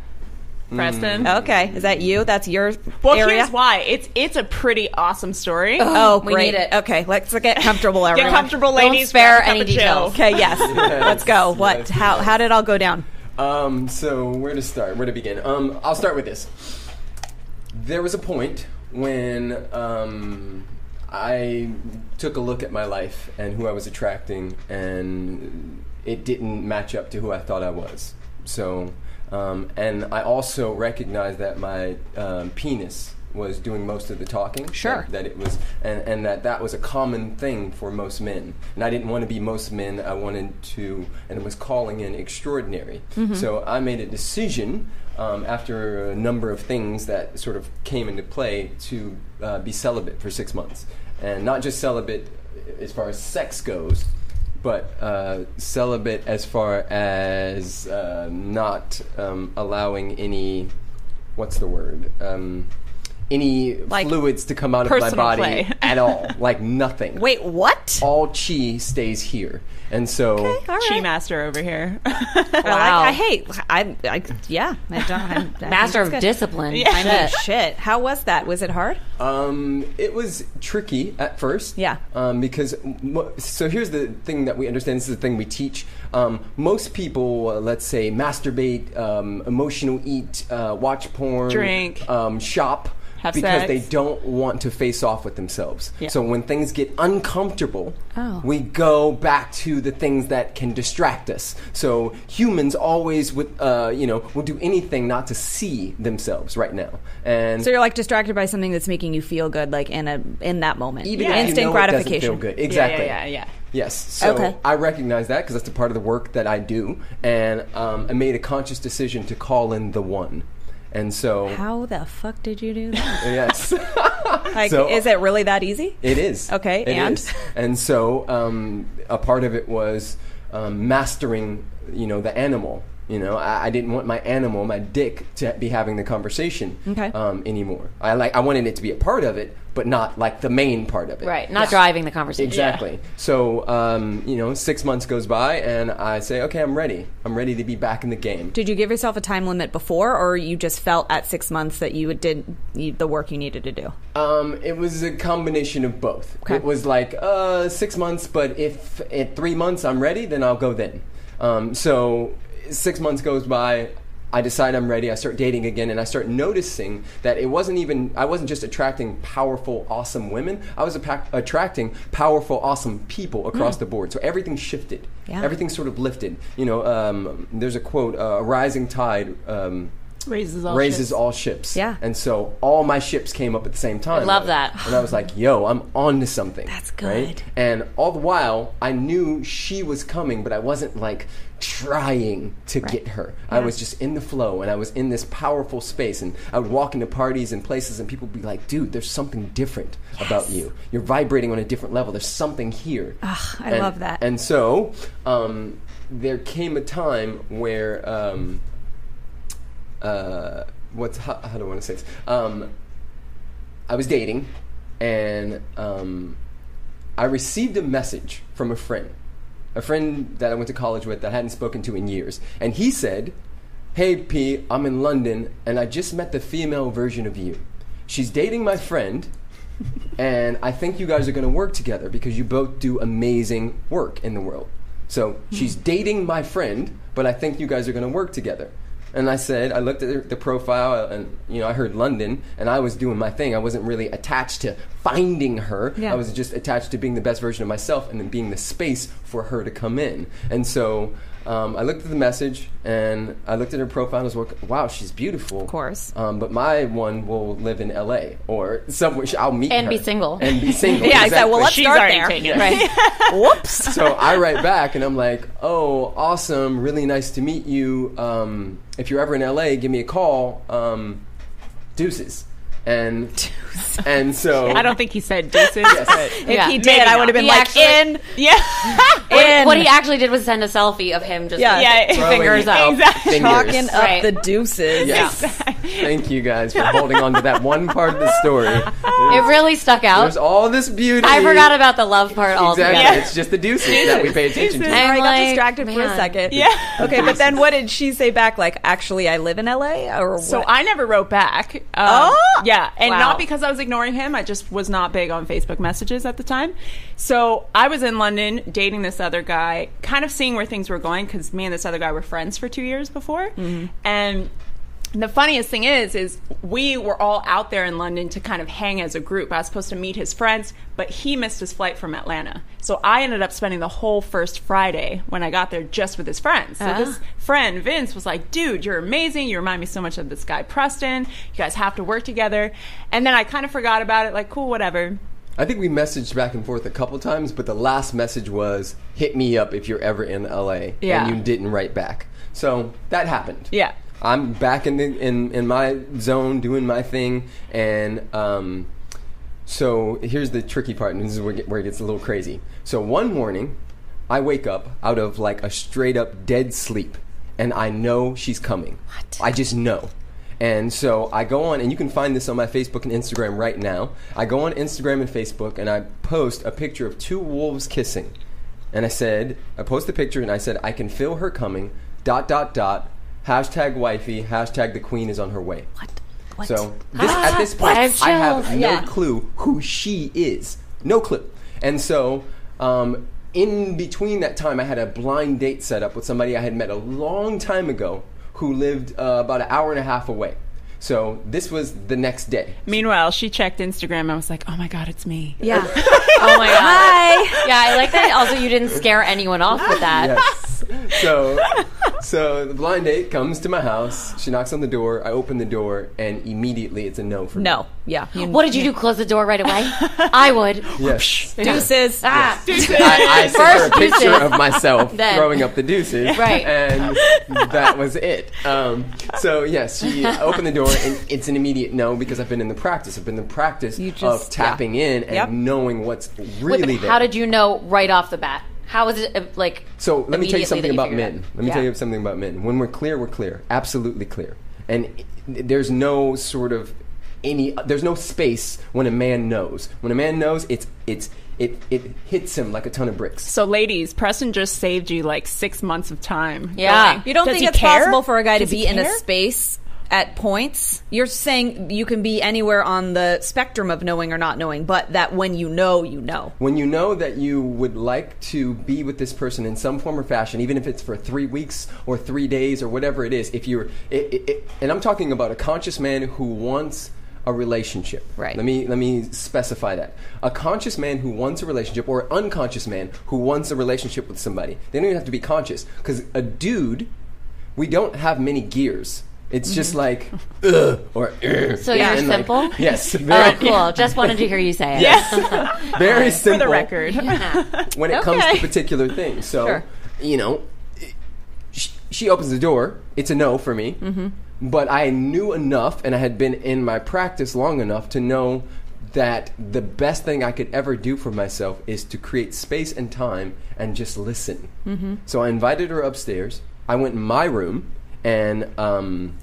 Speaker 3: Preston.
Speaker 1: Okay. Is that you? That's your
Speaker 3: Well,
Speaker 1: area.
Speaker 3: here's why. It's it's a pretty awesome story. Uh,
Speaker 1: Oh,
Speaker 2: We
Speaker 1: great.
Speaker 2: need it.
Speaker 1: Okay, let's get comfortable,
Speaker 3: Get
Speaker 1: everyone.
Speaker 3: comfortable, ladies.
Speaker 2: spare
Speaker 3: Grab a cup
Speaker 2: any
Speaker 3: of Joe.
Speaker 2: details.
Speaker 1: Okay, yes. Let's go. What?
Speaker 4: Yes,
Speaker 1: How? How did it all go down?
Speaker 4: Um, so where to start? Where to begin? Um, I'll start with this. There was a point when um, I took a look at my life and who I was attracting, and it didn't match up to who I thought I was. So, um, and I also recognized that my um, penis was doing most of the talking.
Speaker 1: Sure.
Speaker 4: That, that it was, and, and that that was a common thing for most men. And I didn't want to be most men. I wanted to, and it was calling in extraordinary. So I made a decision um, after a number of things that sort of came into play to uh, be celibate for six months, and not just celibate as far as sex goes. But uh, celibate as far as uh, not um, allowing any, what's the word? Um, any
Speaker 3: Like,
Speaker 4: fluids to come out of my
Speaker 3: personal
Speaker 4: body
Speaker 3: play.
Speaker 4: at all. Like nothing.
Speaker 1: Wait, what?
Speaker 4: All chi stays here. And so
Speaker 1: All
Speaker 3: Chi
Speaker 1: right.
Speaker 3: master over here.
Speaker 1: Well,
Speaker 2: Wow.
Speaker 1: I, I hate. I, I yeah. I don't. I'm, I think
Speaker 2: Master
Speaker 1: it's
Speaker 2: of
Speaker 1: good.
Speaker 2: discipline.
Speaker 1: I
Speaker 2: I
Speaker 1: mean,
Speaker 2: mean,
Speaker 1: shit. How was that? Was it hard?
Speaker 4: Um, it was tricky at first.
Speaker 1: Yeah.
Speaker 4: Um, because mo- so here's the thing that we understand. This is the thing we teach. Um, most people, uh, let's say, masturbate, um, emotional eat, uh, watch porn,
Speaker 3: Drink.
Speaker 4: um, shop.
Speaker 3: Have
Speaker 4: because
Speaker 3: sex.
Speaker 4: they don't want to face off with themselves.
Speaker 3: Yeah.
Speaker 4: So when things get uncomfortable,
Speaker 1: Oh.
Speaker 4: we go back to the things that can distract us. So humans always with uh, you know will do anything not to see themselves right now. And
Speaker 1: So you're like distracted by something that's making you feel good, like in a in that moment,
Speaker 4: even
Speaker 3: Yeah.
Speaker 4: if
Speaker 1: instant
Speaker 4: you know It
Speaker 1: gratification.
Speaker 4: doesn't feel good. Exactly.
Speaker 3: yeah, yeah.
Speaker 4: Yes. So
Speaker 1: Okay.
Speaker 4: I recognize that because that's a part of the work that I do, and um, I made a conscious decision to call in the one, and so
Speaker 1: How the fuck did you do that?
Speaker 4: yes,
Speaker 1: Like,
Speaker 4: So- uh,
Speaker 1: is it really that easy?
Speaker 4: it is.
Speaker 1: Okay,
Speaker 4: It
Speaker 1: and?
Speaker 4: is. and so um, a part of it was um, mastering, you know, the animal. You know, I, I didn't want my animal, my dick, to be having the conversation
Speaker 1: Okay.
Speaker 4: um, anymore. I like I wanted it to be a part of it, but not like the main part of it.
Speaker 2: right. Not driving the conversation.
Speaker 4: Exactly. So, um, you know, six months goes by, and I say, okay, I'm ready. I'm ready to be back in the game.
Speaker 1: Did you give yourself a time limit before, or you just felt at six months that you did you, the work you needed to do?
Speaker 4: Um, it was a combination of both.
Speaker 1: Okay.
Speaker 4: It was like uh, six months, but if at three months I'm ready, then I'll go then. Um, so six months goes by. I decide I'm ready. I start dating again, and I start noticing that it wasn't even. I wasn't just attracting powerful, awesome women. I was appa- attracting powerful, awesome people across the board. So everything shifted.
Speaker 1: Mm. Yeah.
Speaker 4: Everything sort of lifted. You know, um, there's a quote: uh, "A rising tide." Um,
Speaker 3: Raises all
Speaker 4: raises
Speaker 3: ships.
Speaker 4: all ships.
Speaker 1: Yeah.
Speaker 4: And so all my ships came up at the same time.
Speaker 2: love
Speaker 4: And-
Speaker 2: that.
Speaker 4: And I was like, yo, I'm on to something.
Speaker 1: That's good.
Speaker 4: And all the while, I knew she was coming, but I wasn't like trying to get her. I was just in the flow and I was in this powerful space. And I would walk into parties and places, and people would be like, dude, there's something different about you. You're vibrating on a different level. There's something here.
Speaker 1: I
Speaker 4: And-
Speaker 1: love that.
Speaker 4: And so um, there came a time where. Um, uh, what's how, how do I want to say this? Um, I was dating, and um, I received a message from a friend, a friend that I went to college with that I hadn't spoken to in years, and he said, "Hey P, I'm in London, and I just met the female version of you. She's dating my friend." and I think you guys are going to work together because you both do amazing work in the world. So she's dating my friend, but I think you guys are going to work together. And I said, I looked at the- the profile, and you know, I heard London, and I was doing my thing. I wasn't really attached to finding her.
Speaker 1: Yeah.
Speaker 4: I was just attached to being the best version of myself, and then being the space for her to come in. And so um, I looked at the message, and I looked at her profile, and I was like, wow, she's beautiful. Of
Speaker 1: course.
Speaker 4: Um, but my one will live in L.A. or somewhere. I'll meet
Speaker 2: And
Speaker 4: her.
Speaker 2: be single.
Speaker 4: And be single.
Speaker 1: Yeah, exactly. Well, let's
Speaker 3: She's
Speaker 1: start
Speaker 3: already
Speaker 1: there.
Speaker 3: taken.
Speaker 1: Right. Whoops.
Speaker 4: so I write back and I'm like, oh, awesome. Really nice to meet you. Um, if you're ever in LA, give me a call. Um, deuces. And, and so.
Speaker 3: I don't think he said deuces.
Speaker 4: Yes.
Speaker 1: If
Speaker 2: Yeah.
Speaker 1: he
Speaker 3: Maybe
Speaker 1: did, I
Speaker 3: not.
Speaker 1: would have been
Speaker 2: He
Speaker 1: like
Speaker 2: actually-
Speaker 1: in,
Speaker 3: Yeah.
Speaker 1: in,
Speaker 2: What he actually did was send a selfie of him just
Speaker 1: Yeah.
Speaker 3: Yeah.
Speaker 4: Throwing
Speaker 2: Fingers up.
Speaker 4: Fingers.
Speaker 1: talking up
Speaker 2: Right.
Speaker 1: the deuces.
Speaker 4: Yes. Thank you guys for holding on to that one part of the story.
Speaker 2: It really stuck out.
Speaker 4: There's all this beauty.
Speaker 2: I forgot about the love part
Speaker 4: Exactly.
Speaker 2: altogether.
Speaker 4: It's just the deuces, that we pay attention to.
Speaker 2: I'm
Speaker 1: Sorry, I got
Speaker 2: like,
Speaker 1: distracted for a
Speaker 2: man.
Speaker 1: second.
Speaker 3: Yeah.
Speaker 1: Okay, but then what did she say back? Like, actually, I live in LA, or
Speaker 3: So
Speaker 1: what?
Speaker 3: I never wrote back. Um,
Speaker 1: Oh!
Speaker 3: yeah, and
Speaker 2: Wow.
Speaker 3: not because I was ignoring him. I just was not big on Facebook messages at the time. So I was in London dating this other guy, kind of seeing where things were going because me and this other guy were friends for two years before,
Speaker 1: Mm-hmm.
Speaker 3: and. The funniest thing is, is we were all out there in London to kind of hang as a group. I was supposed to meet his friends, but he missed his flight from Atlanta. So I ended up spending the whole first Friday when I got there just with his friends. So this
Speaker 5: Ah.
Speaker 3: friend, Vince, was like, dude, you're amazing. You remind me so much of this guy, Preston. You guys have to work together. And then I kind of forgot about it, like, cool, whatever.
Speaker 4: I think we messaged back and forth a couple times, but the last message was hit me up if you're ever in LA.
Speaker 3: Yeah.
Speaker 4: And you didn't write back. So that happened.
Speaker 3: Yeah.
Speaker 4: I'm back in the in, in my zone doing my thing and um so here's the tricky part, and this is where it, get- where it gets a little crazy. So one morning, I wake up out of like a straight up dead sleep, and I know she's coming. What? I just know. And so I go on, and you can find this on my Facebook and Instagram right now. I go on Instagram and Facebook, and I post a picture of two wolves kissing. And I said, I post the picture, and I said, I can feel her coming. Dot dot dot. Hashtag wifey. Hashtag the queen is on her way.
Speaker 1: What? What?
Speaker 4: So this, at this point,
Speaker 2: I
Speaker 4: I
Speaker 2: have
Speaker 4: have no
Speaker 2: chills. Yeah.
Speaker 4: clue who she is. No clue. And so, um, in between that time, I had a blind date set up with somebody I had met a long time ago who lived uh, about an hour and a half away. So this was the next day.
Speaker 3: Meanwhile, she checked Instagram and was like, oh my God, it's me.
Speaker 1: yeah.
Speaker 2: Oh my god.
Speaker 1: Hi.
Speaker 2: Yeah, I like that. Also, you didn't scare anyone off with that.
Speaker 4: Yes. so, so the blind date comes to my house. She knocks on the door. I open the door, and immediately it's a no for me.
Speaker 5: No. Yeah. You-
Speaker 2: What did you do? Close the door right away? I would.
Speaker 4: Yes.
Speaker 5: Deuces.
Speaker 2: Ah.
Speaker 4: I, I sent her a
Speaker 2: First
Speaker 4: picture
Speaker 2: deuces.
Speaker 4: of myself
Speaker 2: Then.
Speaker 4: throwing up the deuces,
Speaker 2: Right.
Speaker 4: And that was it. Um, so yes, she opened the door, and it's an immediate no because I've been in the practice. I've been in the practice
Speaker 5: just-
Speaker 4: of tapping in and
Speaker 3: Yep.
Speaker 4: knowing what's
Speaker 2: Wait, but
Speaker 4: really there.
Speaker 2: How did you know right off the bat? How is it uh, like?
Speaker 4: So let me tell
Speaker 2: immediately
Speaker 4: you
Speaker 2: that
Speaker 4: something about
Speaker 2: figured it out?
Speaker 4: men. Let me tell you something about men. When we're clear, we're clear. Absolutely clear. And i- there's no sort of any. There's no space when a man knows. When a man knows, it's it's it it hits him like a ton of bricks.
Speaker 3: So, ladies, Preston just saved you like six months of time.
Speaker 2: Yeah.
Speaker 5: You don't
Speaker 3: Does
Speaker 5: think
Speaker 3: he
Speaker 5: it's
Speaker 3: care?
Speaker 5: possible for a guy
Speaker 3: Does
Speaker 5: to
Speaker 3: he
Speaker 5: be in a
Speaker 3: care?
Speaker 5: space at points? You're saying you can be anywhere on the spectrum of knowing or not knowing, but that when you know, you know.
Speaker 4: when you know that you would like to be with this person in some form or fashion, even if it's for three weeks or three days or whatever it is, if you're, it, it, it, and I'm talking about a conscious man who wants a relationship.
Speaker 5: Right.
Speaker 4: Let me let me specify that. A conscious man who wants a relationship, or an unconscious man who wants a relationship with somebody. They don't even have to be conscious, because a dude, we don't have many gears. It's just like, ugh, or ugh.
Speaker 2: So you're
Speaker 4: And like-
Speaker 2: simple?
Speaker 4: yes.
Speaker 2: All
Speaker 4: Very,
Speaker 2: right, cool. Just wanted to hear you say it.
Speaker 4: very
Speaker 3: For
Speaker 4: simple
Speaker 3: the record.
Speaker 4: when it comes to particular things. So, you know, it- she, she opens the door. It's a no for me. But I knew enough, and I had been in my practice long enough to know that the best thing I could ever do for myself is to create space and time and just listen. So I invited her upstairs. I went in my room and um,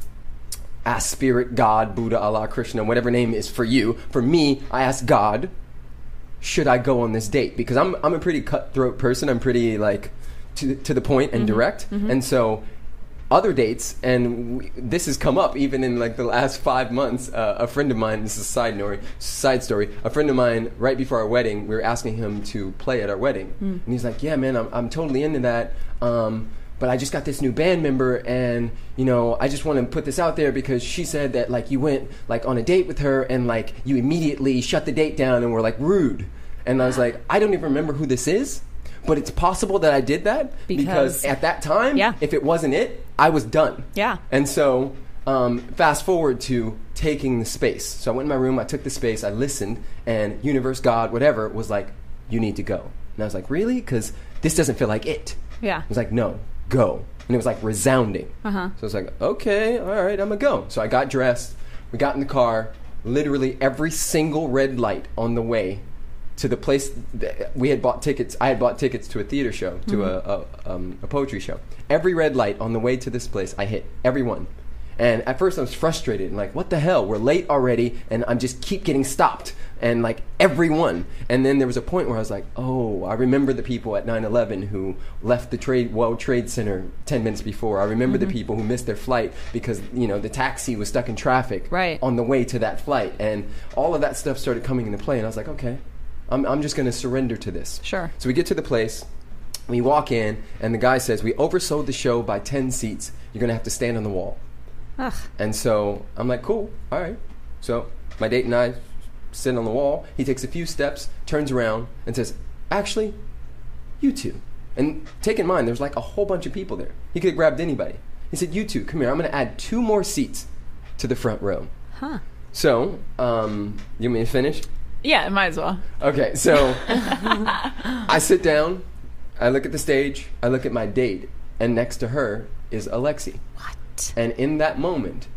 Speaker 4: asked Spirit, God, Buddha, Allah, Krishna, whatever name is for you. For me, I asked God should I go on this date? Because I'm I'm a pretty cutthroat person. I'm pretty like to to the point and direct. And so other dates and we, this has come up even in like the last five months uh, a friend of mine this is a side story side story a friend of mine right before our wedding we were asking him to play at our wedding and he's like yeah man i'm, I'm totally into that um, but i just got this new band member and you know i just want to put this out there because she said that like you went like on a date with her and like you immediately shut the date down and were like rude and i was like i don't even remember who this is but it's possible that I did that because,
Speaker 5: Because-
Speaker 4: at that time,
Speaker 5: Yeah.
Speaker 4: if it wasn't it, I was done.
Speaker 5: Yeah.
Speaker 4: And so, um, fast forward to taking the space. So I went in my room, I took the space, I listened, and universe, God, whatever, was like, "You need to go." And I was like, "Really?" Because this doesn't feel like it.
Speaker 5: Yeah.
Speaker 4: It was like, "No, go," and it was like resounding. Uh-huh. So I was like, "Okay, all right, I'm gonna go." So I got dressed, we got in the car. Literally every single red light on the way to the place that we had bought tickets. I had bought tickets to a theater show, to a, a, um, a poetry show. Every red light on the way to this place, I hit every one. And at first, I was frustrated and like, what the hell? We're late already, and I'm just keep getting stopped. And like everyone. And then there was a point where I was like, oh, I remember the people at 9 11 who left the trade World Trade Center 10 minutes before. I remember the people who missed their flight because, you know, the taxi was stuck in traffic
Speaker 5: Right.
Speaker 4: on the way to that flight. And all of that stuff started coming into play. And I was like, okay, I'm, I'm just going to surrender to this.
Speaker 5: Sure.
Speaker 4: So we get to the place, we walk in, and the guy says, We oversold the show by 10 seats. You're going to have to stand on the wall. And so I'm like, Cool, all right. So my date and I sit on the wall. He takes a few steps, turns around, and says, Actually, you two. And take in mind, there's like a whole bunch of people there. He could have grabbed anybody. He said, You two, come here. I'm going to add two more seats to the front row. Huh. So, um, you want me to finish?
Speaker 3: Yeah, might as well.
Speaker 4: Okay, so I sit down, I look at the stage, I look at my date, and next to her is Alexi. What? And in that moment,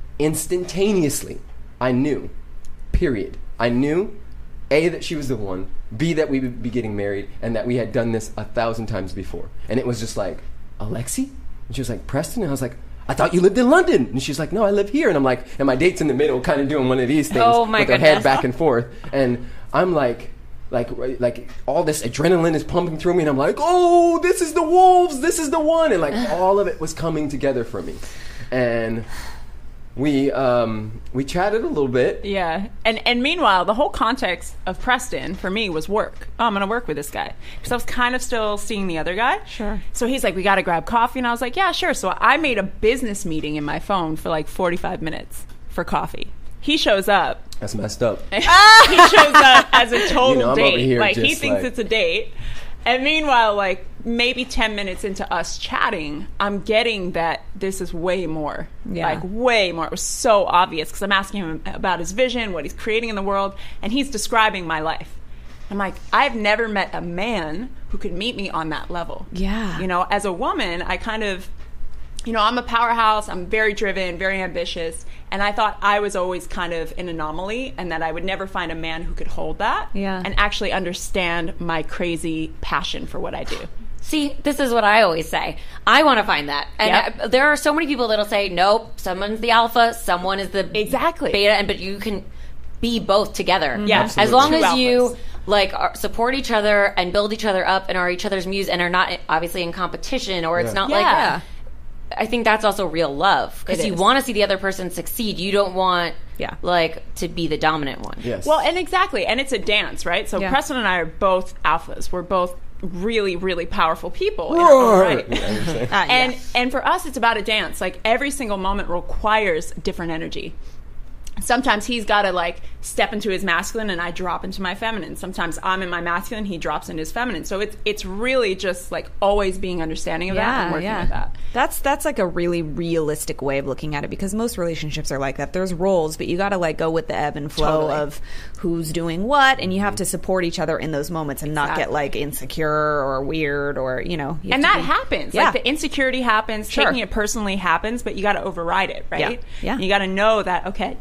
Speaker 4: instantaneously, I knew, period. I knew, A, that she was the one, B, that we would be getting married, and that we had done this a thousand times before. And it was just like, Alexi? And she was like, Preston? And I was like, I thought you lived in London. And she's like, no, I live here. And I'm like, and my date's in the middle, kind of doing one of these things
Speaker 2: Oh, my
Speaker 4: with her head
Speaker 2: goodness.
Speaker 4: back and forth. And I'm like, like, like all this adrenaline is pumping through me, and I'm like, oh, this is the wolves, this is the one, and like all of it was coming together for me. And we um, we chatted a little bit.
Speaker 3: Yeah, and and meanwhile, the whole context of Preston for me was work. Oh, I'm going to work with this guy because I was kind of still seeing the other guy. Sure. So he's like, "We got to grab coffee," and I was like, "Yeah, sure." So I made a business meeting in my phone for like 45 minutes for coffee. He shows up.
Speaker 4: That's messed up.
Speaker 3: he shows up as a total
Speaker 4: Ah! You know, I'm
Speaker 3: date.
Speaker 4: over here
Speaker 3: like he
Speaker 4: just
Speaker 3: thinks
Speaker 4: like-
Speaker 3: it's a date. And meanwhile, like maybe ten minutes into us chatting, I'm getting that this is way more.
Speaker 5: Yeah.
Speaker 3: Like way more. It was so obvious because I'm asking him about his vision, what he's creating in the world, and he's describing my life. I'm like, I've never met a man who could meet me on that level.
Speaker 5: Yeah.
Speaker 3: You know, as a woman, I kind of you know, I'm a powerhouse. I'm very driven, very ambitious. And I thought I was always kind of an anomaly and that I would never find a man who could hold that
Speaker 5: Yeah.
Speaker 3: and actually understand my crazy passion for what I do.
Speaker 2: See, this is what I always say. I want to find that. And
Speaker 3: Yep.
Speaker 2: I- there are so many people that'll say, nope, someone's the alpha, someone is the
Speaker 3: Exactly.
Speaker 2: beta, and but you can be both together.
Speaker 3: Yeah.
Speaker 2: As
Speaker 3: Absolutely.
Speaker 2: long
Speaker 3: Two
Speaker 2: as you
Speaker 3: alphas.
Speaker 2: like are, support each other and build each other up and are each other's muse and are not obviously in competition or it's
Speaker 4: Yeah.
Speaker 2: not
Speaker 5: Yeah.
Speaker 2: like I think that's also real love because
Speaker 5: It
Speaker 2: you
Speaker 5: is.
Speaker 2: want to see the other person succeed. You don't want
Speaker 5: Yeah.
Speaker 2: like to be the dominant one.
Speaker 4: Yes.
Speaker 3: Well, and exactly. And it's a dance, right? So
Speaker 5: Yeah.
Speaker 3: Preston and I are both alphas. We're both really, really powerful people. in our own
Speaker 4: Roar!
Speaker 3: right.
Speaker 4: You know what I'm saying?
Speaker 5: Ah,
Speaker 3: and
Speaker 5: yeah.
Speaker 3: and for us it's about a dance like every single moment requires different energy sometimes he's got to like step into his masculine and i drop into my feminine sometimes i'm in my masculine he drops into his feminine so it's it's really just like always being understanding of that and working with that
Speaker 5: That's that's like a really realistic way of looking at it because most relationships are like that. There's roles, but you got to like go with the ebb and flow
Speaker 3: Totally.
Speaker 5: of who's doing what, and you have to support each other in those moments and not get
Speaker 3: Exactly.
Speaker 5: like insecure or weird or you know. you have
Speaker 3: and
Speaker 5: to
Speaker 3: that
Speaker 5: be-
Speaker 3: happens
Speaker 5: Yeah.
Speaker 3: like the insecurity happens
Speaker 5: Sure.
Speaker 3: taking it personally happens but you got to override it right
Speaker 5: Yeah. Yeah.
Speaker 3: you got to know that okay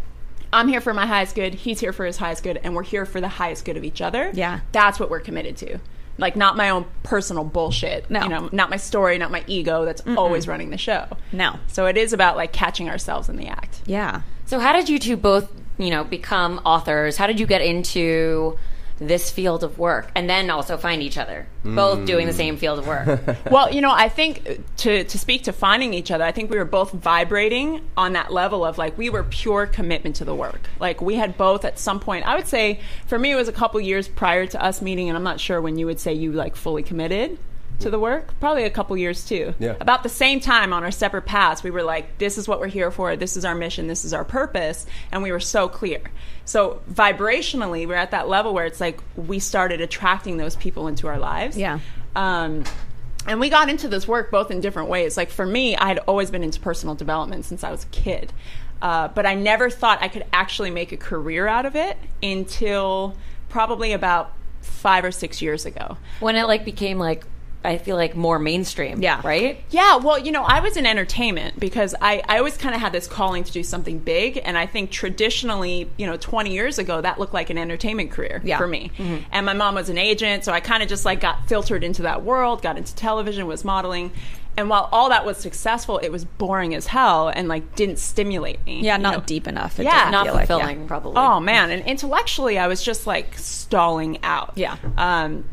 Speaker 3: I'm here for my highest good. He's here for his highest good, and we're here for the highest good of each other.
Speaker 5: Yeah.
Speaker 3: that's what we're committed to. Like not my own personal bullshit.
Speaker 5: No.
Speaker 3: you know, not my story, not my ego. That's always running the show.
Speaker 5: No.
Speaker 3: so it is about like catching ourselves in the act.
Speaker 5: Yeah.
Speaker 2: So, how did you two both, you know, become authors? How did you get into this field of work, and then also find each other, both doing the same field of work?
Speaker 3: Well, you know, I think uh, to to speak to finding each other, I think we were both vibrating on that level of like we were pure commitment to the work. Like we had both at some point. I would say for me it was a couple years prior to us meeting, and I'm not sure when you would say you like fully committed to the work. Probably a couple years too.
Speaker 4: Yeah.
Speaker 3: About the same time on our separate paths, we were like, this is what we're here for. This is our mission. This is our purpose, and we were so clear. So vibrationally, we're at that level where it's like we started attracting those people into our lives
Speaker 5: Yeah.
Speaker 3: um, and we got into this work both in different ways. Like for me, I had always been into personal development since I was a kid, uh, but I never thought I could actually make a career out of it until probably about five or six years ago.
Speaker 2: when it like became like, I feel like more mainstream.
Speaker 5: Yeah.
Speaker 2: right.
Speaker 3: Yeah, well, you know, I was in entertainment because I, I always kind of had this calling to do something big. And I think traditionally, you know, 20 years ago, that looked like an entertainment career
Speaker 5: Yeah. Mm-hmm.
Speaker 3: for me. And my mom was an agent. So I kind of just like got filtered into that world, got into television, was modeling. And while all that was successful, it was boring as hell and like didn't stimulate me.
Speaker 5: Yeah,
Speaker 3: you
Speaker 5: not
Speaker 3: know?
Speaker 5: deep enough. It doesn't
Speaker 3: Yeah.
Speaker 2: Not
Speaker 5: feel like- yeah.
Speaker 2: fulfilling, probably.
Speaker 3: Oh man, and intellectually, I was just like stalling out.
Speaker 5: Yeah.
Speaker 3: Um,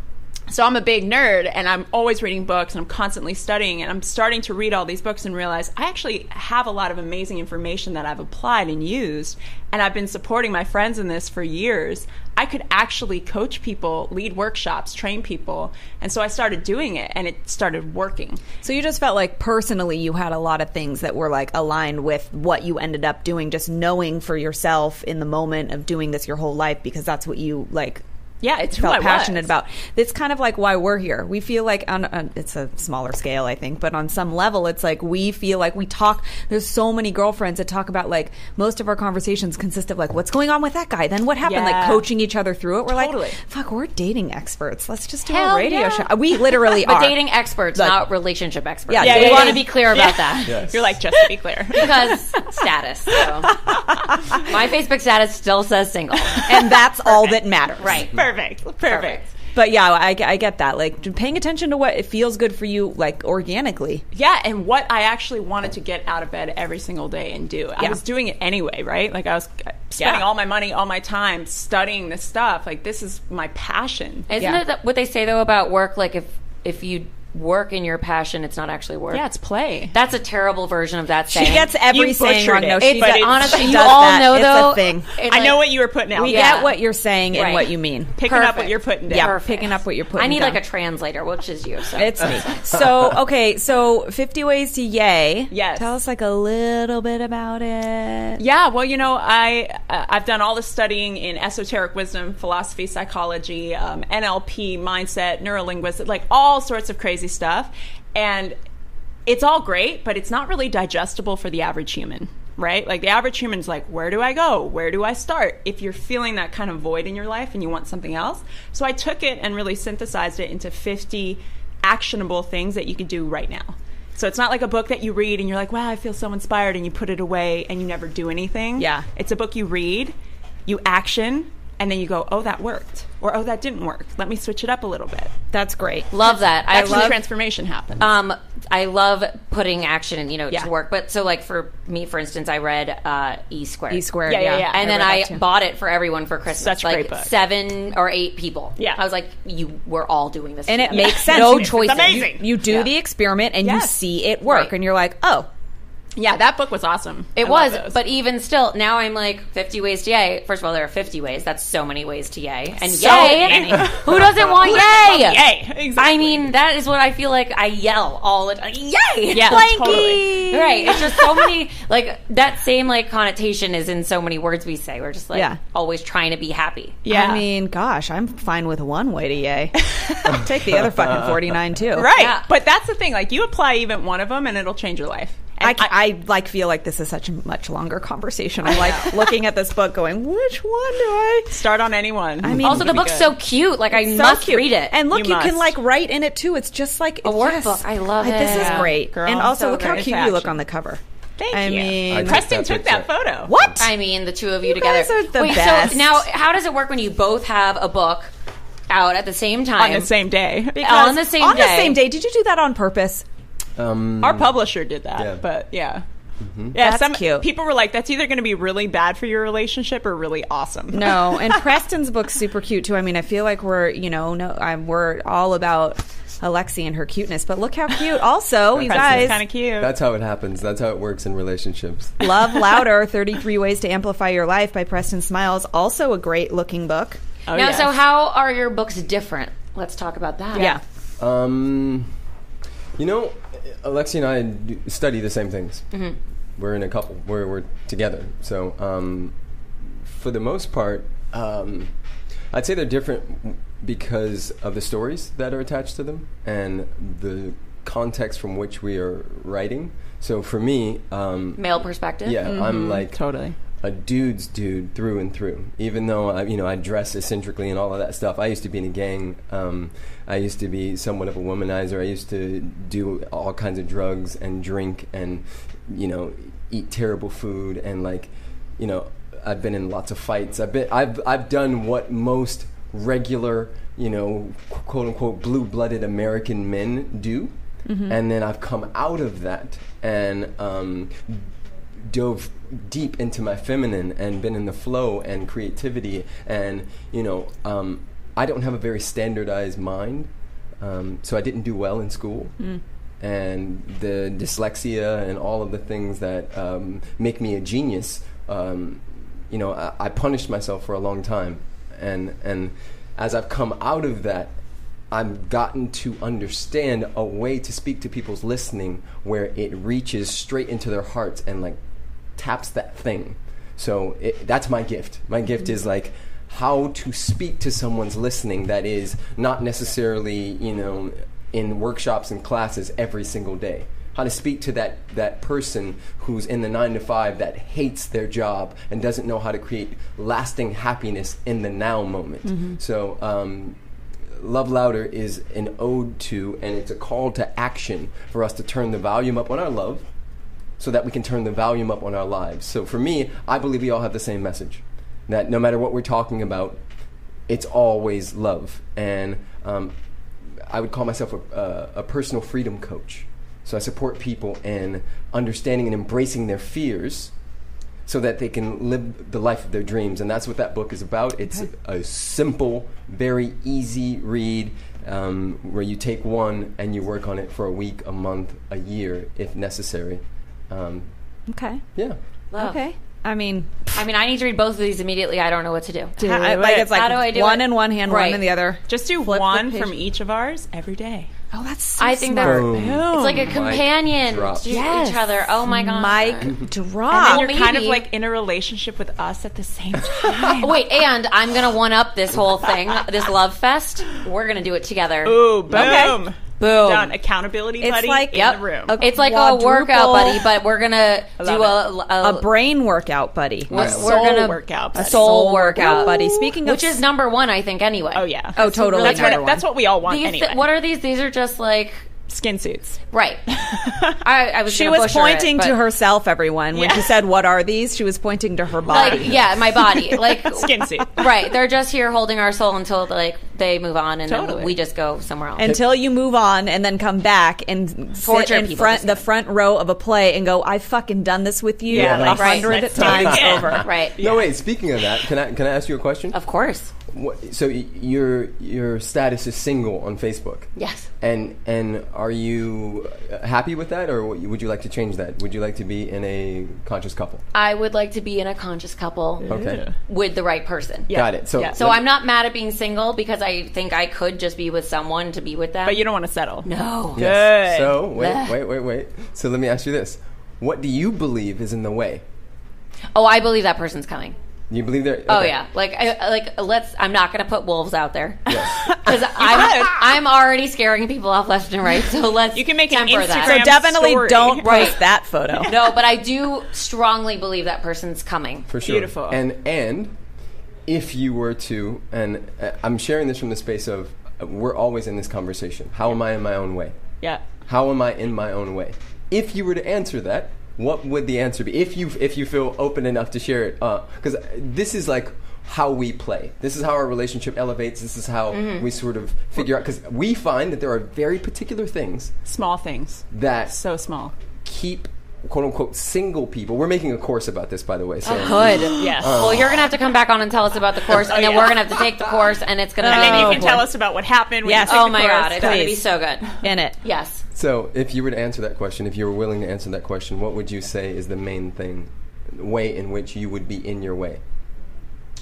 Speaker 3: so I'm a big nerd, and I'm always reading books, and I'm constantly studying, and I'm starting to read all these books and realize I actually have a lot of amazing information that I've applied and used, and I've been supporting my friends in this for years. I could actually coach people, lead workshops, train people, and so I started doing it, and it started working.
Speaker 5: So you just felt like personally you had a lot of things that were like aligned with what you ended up doing, just knowing for yourself in the moment of doing this your whole life because that's what you like.
Speaker 3: Yeah, it's who
Speaker 5: felt
Speaker 3: I
Speaker 5: passionate
Speaker 3: was.
Speaker 5: about. It's kind of like why we're here. We feel like on, on it's a smaller scale, I think, but on some level, it's like we feel like we talk. There's so many girlfriends that talk about like most of our conversations consist of like what's going on with that guy, then what happened, like
Speaker 3: Yeah.
Speaker 5: coaching each other through it. We're
Speaker 3: Totally.
Speaker 5: like, fuck, we're dating experts. Let's just do
Speaker 2: Hell
Speaker 5: a radio
Speaker 2: yeah.
Speaker 5: show. We literally
Speaker 2: But
Speaker 5: are
Speaker 2: dating experts,
Speaker 5: Like-
Speaker 2: not relationship experts.
Speaker 5: Yeah,
Speaker 2: Yeah,
Speaker 5: yeah,
Speaker 2: we
Speaker 5: yeah,
Speaker 2: want
Speaker 5: yeah.
Speaker 2: to be clear about that
Speaker 4: Yes.
Speaker 3: You're like, just to be clear.
Speaker 2: because status. So. My Facebook status still says single.
Speaker 5: and that's all that matters.
Speaker 2: Right.
Speaker 3: Perfect. Perfect.
Speaker 1: But yeah, I, I get that. Like paying attention to what it feels good for you, like organically.
Speaker 3: Yeah, and what I actually wanted to get out of bed every single day and do. I
Speaker 1: Yeah.
Speaker 3: was doing it anyway, right? Like I was uh, spending
Speaker 1: Yeah.
Speaker 3: all my money, all my time studying this stuff. Like this is my passion.
Speaker 2: Isn't
Speaker 1: Yeah.
Speaker 2: it that what they say though about work? Like if if you work in your passion, it's not actually work.
Speaker 3: yeah, it's play.
Speaker 2: that's a terrible version of that saying.
Speaker 1: She gets every
Speaker 3: You
Speaker 1: saying
Speaker 3: butchered
Speaker 1: wrong. No,
Speaker 3: it,
Speaker 1: she
Speaker 3: but
Speaker 1: does,
Speaker 3: it's-
Speaker 2: honestly,
Speaker 1: she
Speaker 2: you
Speaker 1: does
Speaker 2: all
Speaker 1: that.
Speaker 2: know
Speaker 1: It's
Speaker 2: though.
Speaker 1: a thing.
Speaker 2: it,
Speaker 3: I know
Speaker 2: like-
Speaker 3: what you were putting out.
Speaker 1: We
Speaker 2: Yeah.
Speaker 1: get what you're saying
Speaker 2: Right.
Speaker 1: and what you mean.
Speaker 3: Picking up what
Speaker 2: Perfect.
Speaker 3: you're putting down.
Speaker 1: Yeah,
Speaker 2: Perfect.
Speaker 1: picking up what you're putting.
Speaker 2: I need
Speaker 1: down.
Speaker 2: like a translator, which is you. So
Speaker 1: It's me. So okay, so fifty ways to yay.
Speaker 3: Yes.
Speaker 1: Tell us like a little bit about it.
Speaker 3: Yeah, well, you know, I uh, I've done all the studying in esoteric wisdom, philosophy, psychology, um, NLP, mindset, neurolinguistics, like all sorts of crazy stuff, and it's all great, but it's not really digestible for the average human, right? Like the average human's like, where do I go? Where do I start? If you're feeling that kind of void in your life and you want something else, so I took it and really synthesized it into 50 actionable things that you can do right now. So it's not like a book that you read and you're like, wow, I feel so inspired, and you put it away and you never do anything.
Speaker 1: Yeah.
Speaker 3: It's a book you read, you action, and then you go, oh, that worked. Or, oh, that didn't work. Let me switch it up a little bit.
Speaker 1: That's great.
Speaker 2: love that. I
Speaker 3: That's when
Speaker 2: love
Speaker 3: transformation happens.
Speaker 2: Um, I love putting action, you know,
Speaker 3: Yeah.
Speaker 2: to work. But so, like for me, for instance, I read uh, E Squared.
Speaker 1: E squared.
Speaker 3: Yeah, yeah, yeah.
Speaker 2: And then
Speaker 1: read
Speaker 2: I
Speaker 1: that too.
Speaker 2: bought it for everyone for Christmas.
Speaker 3: Such a
Speaker 2: like
Speaker 3: great book.
Speaker 2: seven or eight people.
Speaker 3: Yeah.
Speaker 2: I was like, you were all doing this,
Speaker 1: and it
Speaker 2: together.
Speaker 1: makes sense.
Speaker 2: No
Speaker 1: You-
Speaker 2: choices.
Speaker 3: It's amazing.
Speaker 1: You do the experiment and you
Speaker 3: Yes.
Speaker 1: see it work,
Speaker 2: Right.
Speaker 1: and you're like, oh,
Speaker 3: yeah, that book was awesome.
Speaker 2: It
Speaker 3: I love
Speaker 2: was,
Speaker 3: those.
Speaker 2: but even still, now I'm like 50 ways to yay. First of all, there are 50 ways. That's so many ways to yay. And
Speaker 3: So
Speaker 2: yay,
Speaker 3: many.
Speaker 2: who doesn't want yay?
Speaker 3: yay, exactly.
Speaker 2: I mean, that is what I feel like. I yell all the time. Yay!
Speaker 3: Yeah,
Speaker 2: Blanky!
Speaker 3: totally.
Speaker 2: Right. It's just so many. Like that same like connotation is in so many words we say. We're just like
Speaker 1: Yeah.
Speaker 2: always trying to be happy.
Speaker 3: yeah.
Speaker 1: I mean, gosh, I'm fine with one way to yay. Take the other fucking forty nine too.
Speaker 3: right.
Speaker 2: Yeah.
Speaker 3: But that's the thing. Like, you apply even one of them and it'll change your life.
Speaker 1: I, I like feel like this is such a much longer conversation. I'm like looking at this book, going, which one do I?
Speaker 3: Start on anyone. I
Speaker 1: mean-
Speaker 2: Also, the
Speaker 3: It'll be
Speaker 2: book's
Speaker 3: good.
Speaker 2: so cute. Like I
Speaker 1: so
Speaker 2: must
Speaker 1: cute.
Speaker 2: read it.
Speaker 1: And look,
Speaker 3: You
Speaker 1: you, can
Speaker 3: must.
Speaker 1: like write in it too. It's just like a
Speaker 2: workbook. I love
Speaker 1: This
Speaker 2: it.
Speaker 1: is
Speaker 2: Yeah.
Speaker 1: great.
Speaker 3: Girl,
Speaker 1: and also,
Speaker 3: so
Speaker 1: look how
Speaker 3: great.
Speaker 1: cute
Speaker 3: It's
Speaker 1: you look
Speaker 3: action.
Speaker 1: on the cover.
Speaker 3: Thank
Speaker 1: I
Speaker 3: you.
Speaker 1: mean-
Speaker 3: Preston
Speaker 4: I
Speaker 3: took
Speaker 4: took
Speaker 3: that
Speaker 4: that
Speaker 3: photo.
Speaker 1: What?
Speaker 2: I mean, the two of you,
Speaker 1: You
Speaker 2: together.
Speaker 1: guys are the
Speaker 2: Wait,
Speaker 1: best.
Speaker 2: so now how does it work when you both have a book out at the same time
Speaker 3: On the same day.
Speaker 2: On the same
Speaker 1: on
Speaker 2: day.
Speaker 1: the same day. Did you do that on purpose?
Speaker 4: Um,
Speaker 3: Our publisher did that,
Speaker 4: Yeah.
Speaker 3: but yeah. Yeah,
Speaker 1: That's
Speaker 3: some
Speaker 1: cute.
Speaker 3: people were like, "That's either going to be really bad for your relationship or really awesome."
Speaker 1: No, and Preston's book's super cute too. I mean, I feel like we're you know no, I'm, we're all about Alexi and her cuteness, but look how cute. Also, you guys,
Speaker 3: kind of cute.
Speaker 4: that's how it happens. That's how it works in relationships.
Speaker 1: Love Louder 33 Ways to Amplify Your Life by Preston Smiles. Also a great looking book.
Speaker 3: Oh,
Speaker 2: Now,
Speaker 3: yes.
Speaker 2: so how are your books different? Let's talk about that.
Speaker 1: Yeah.
Speaker 4: Um, you know, Alexi and I do- study the same things. We're in a couple. We're we're together. So, um, for the most part, um, I'd say they're different because of the stories that are attached to them and the context from which we are writing. So, for me, um,
Speaker 2: Male perspective.
Speaker 4: yeah, I'm like
Speaker 3: Totally.
Speaker 4: a dude's dude through and through. Even though I, you know I dress eccentrically and all of that stuff, I used to be in a gang. Um, I used to be somewhat of a womanizer. I used to do all kinds of drugs and drink and you know eat terrible food and like you know I've been in lots of fights. I've been I've I've done what most regular you know quote unquote blue blooded American men do. And then I've come out of that and um, dove deep into my feminine and been in the flow and creativity and you know um, i don't have a very standardized mind um, so i didn't do well in school and the dyslexia and all of the things that um, make me a genius um, you know I, I punished myself for a long time and and as i've come out of that I've gotten to understand a way to speak to people's listening where it reaches straight into their hearts and like taps that thing. So it, that's my gift. My gift is like how to speak to someone's listening that is not necessarily, you know, in workshops and classes every single day. How to speak to that, that person who's in the nine to five that hates their job and doesn't know how to create lasting happiness in the now moment. So, um, Love Louder is an ode to and it's a call to action for us to turn the volume up on our love so that we can turn the volume up on our lives. So for me, I believe we all have the same message that no matter what we're talking about, it's always love. And um, I would call myself a, a, a personal freedom coach. So I support people in understanding and embracing their fears so that they can live the life of their dreams. And that's what that book is about. It's a simple, very easy read um, where you take one and you work on it for a week, a month, a year, if necessary. Um,
Speaker 5: Okay.
Speaker 4: yeah.
Speaker 2: Love.
Speaker 5: Okay. I mean,
Speaker 2: I mean, I need to read both of these immediately. I don't know what to do.
Speaker 5: ha- I- like
Speaker 3: it.
Speaker 5: it's like
Speaker 2: How do I do
Speaker 5: one
Speaker 2: it?
Speaker 5: in one hand,
Speaker 2: Right.
Speaker 5: one in the other.
Speaker 3: Just do
Speaker 5: flip
Speaker 3: one
Speaker 5: page.
Speaker 3: from each of ours every day.
Speaker 5: Oh, that's so
Speaker 2: I think
Speaker 5: smart.
Speaker 2: they're it's like a companion
Speaker 4: drop.
Speaker 2: to
Speaker 5: Yes.
Speaker 2: each other. Oh my god,
Speaker 5: Mic
Speaker 3: And
Speaker 1: Oh,
Speaker 5: drop.
Speaker 3: you're kind of
Speaker 2: maybe.
Speaker 3: like in a relationship with us at the same time.
Speaker 2: oh, Wait, and I'm gonna one up this whole thing, this love fest. We're gonna do it together.
Speaker 3: Ooh, boom.
Speaker 5: Okay. Boom.
Speaker 3: Done. Accountability
Speaker 5: It's
Speaker 3: buddy
Speaker 5: like-
Speaker 3: in
Speaker 5: Yep.
Speaker 3: the room.
Speaker 5: Okay.
Speaker 2: It's like a
Speaker 5: Quadruple-
Speaker 2: workout buddy, but we're gonna do a,
Speaker 3: love
Speaker 2: a,
Speaker 5: a brain workout buddy.
Speaker 2: we're,
Speaker 4: soul
Speaker 2: we're gonna
Speaker 3: workout.
Speaker 5: a
Speaker 3: buddy.
Speaker 5: soul, workout buddy. Speaking of
Speaker 2: which is number one, I think. Anyway,
Speaker 3: Oh yeah.
Speaker 5: Oh, totally
Speaker 3: That's what,
Speaker 5: number one.
Speaker 3: that's what we all want
Speaker 2: These,
Speaker 3: anyway.
Speaker 2: what are these? These are just like
Speaker 3: skin suits?
Speaker 2: right. I, I was.
Speaker 5: she
Speaker 2: gonna
Speaker 5: was
Speaker 2: butcher it,
Speaker 5: pointing
Speaker 2: but-
Speaker 5: to herself, everyone. When she
Speaker 3: Yeah.
Speaker 5: said, What are these? She was pointing to her body.
Speaker 2: Like yeah, my body. Like
Speaker 3: Skin suit.
Speaker 2: Right, they're just here holding our soul until like they move on, and
Speaker 3: Totally.
Speaker 2: then we just go somewhere else.
Speaker 5: until you move on and then come back and sit
Speaker 2: Torture
Speaker 5: in
Speaker 2: people,
Speaker 5: front
Speaker 2: just
Speaker 5: the front row of a play and go, I've fucking done this with you a
Speaker 3: Yeah, like,
Speaker 5: hundred
Speaker 2: right.
Speaker 3: Let's do it
Speaker 5: times
Speaker 3: again.
Speaker 5: over.
Speaker 2: right,
Speaker 4: No, wait. Speaking of that, can I can I ask you a question?
Speaker 2: of course.
Speaker 4: What, so y- your your status is single on Facebook.
Speaker 2: Yes.
Speaker 4: And and are you uh, happy with that, or would you- would you like to change that? Would you like to be in a conscious couple?
Speaker 2: I would like to be in a conscious couple
Speaker 4: Okay,
Speaker 2: with the right person.
Speaker 4: got it. So
Speaker 3: Yeah.
Speaker 2: So I'm not mad at being single because I think I could just be with someone to be with them.
Speaker 3: But you don't want to settle.
Speaker 2: no.
Speaker 4: yes.
Speaker 3: Good.
Speaker 4: So wait,
Speaker 2: Blech.
Speaker 4: wait, wait, wait. So let me ask you this: What do you believe is in the way?
Speaker 2: Oh, I believe that person's coming.
Speaker 4: You believe there?
Speaker 2: Oh
Speaker 4: okay.
Speaker 2: yeah, like I, I- like let's. I'm not gonna put wolves out there because I'm I'm already scaring people off left and right. So let's
Speaker 3: You can make an
Speaker 2: temper that.
Speaker 3: Instagram
Speaker 5: So definitely
Speaker 3: Story.
Speaker 5: don't
Speaker 2: Right.
Speaker 5: post that photo.
Speaker 2: No, but I do strongly believe that person's coming.
Speaker 4: for sure.
Speaker 3: Beautiful.
Speaker 4: And and if you were to, and uh, I'm sharing this from the space of uh, we're always in this conversation. How am I in my own way?
Speaker 3: Yeah.
Speaker 4: How am I in my own way? If you were to answer that, what would the answer be? If you if you feel open enough to share it, because this is like how we play. This is how our relationship elevates. This is how we sort of figure out. Because we find that there are very particular things
Speaker 3: Small things.
Speaker 4: that
Speaker 3: So small.
Speaker 4: keep quote unquote single people. We're making a course about this, by the way. So
Speaker 2: Good.
Speaker 3: Yes.
Speaker 4: Oh.
Speaker 3: Oh,
Speaker 2: Well, you're gonna have to come back on and tell us about the course, and then
Speaker 3: yeah.
Speaker 2: we're gonna have to take the course, and it's gonna.
Speaker 3: and then
Speaker 2: be-
Speaker 3: you can tell us about what happened. when you
Speaker 5: Yes.
Speaker 3: took
Speaker 2: Oh
Speaker 3: the
Speaker 2: my
Speaker 3: course.
Speaker 2: god, it's gonna be
Speaker 5: please.
Speaker 2: so good.
Speaker 5: In it.
Speaker 2: Yes.
Speaker 4: So, if you were to answer that question, if you were willing to answer that question, what would you say is the main thing, way in which you would be in your way?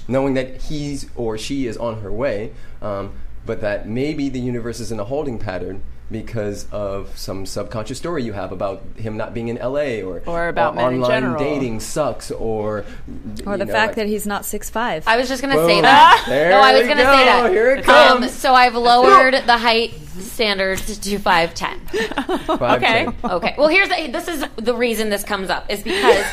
Speaker 4: Knowing that he's or she is on her way, um, but that maybe the universe is in a holding pattern because of some subconscious story you have about him not being in LA or,
Speaker 3: Or about men in
Speaker 4: online
Speaker 3: general.
Speaker 4: dating sucks or
Speaker 5: Or the fact that he's not six five.
Speaker 2: I was just gonna say that.
Speaker 4: There
Speaker 2: no, I was
Speaker 4: we
Speaker 2: gonna
Speaker 4: go.
Speaker 2: say that.
Speaker 4: Here it
Speaker 2: Um,
Speaker 4: comes.
Speaker 2: so I've lowered the height standards to five ten.
Speaker 4: Five,
Speaker 3: Okay.
Speaker 4: ten.
Speaker 2: Okay. Well, here's the, this is the reason this comes up is because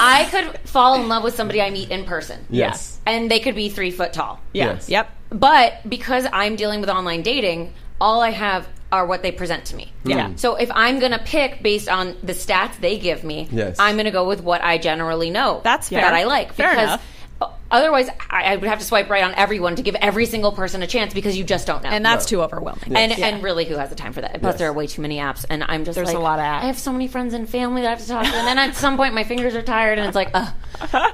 Speaker 2: I could fall in love with somebody I meet in person,
Speaker 4: Yes.
Speaker 2: and they could be three foot tall.
Speaker 3: Yeah.
Speaker 4: Yes.
Speaker 5: yep.
Speaker 2: But because I'm dealing with online dating, all I have are what they present to me.
Speaker 3: Yeah.
Speaker 2: So if I'm going to pick based on the stats they give me,
Speaker 4: Yes.
Speaker 2: I'm going to go with what I generally know.
Speaker 3: That's fair.
Speaker 2: That I like.
Speaker 3: Fair
Speaker 2: because
Speaker 3: enough.
Speaker 2: uh, Otherwise, I, I would have to swipe right on everyone to give every single person a chance because you just don't know.
Speaker 5: And that's too overwhelming.
Speaker 2: And, and really, who has the time for that? Plus, there are way too many apps, and I'm just
Speaker 3: There's
Speaker 2: like,
Speaker 3: a lot of apps.
Speaker 2: I have so many friends and family that I have to talk to, and then at some point, my fingers are tired, and it's like, uh,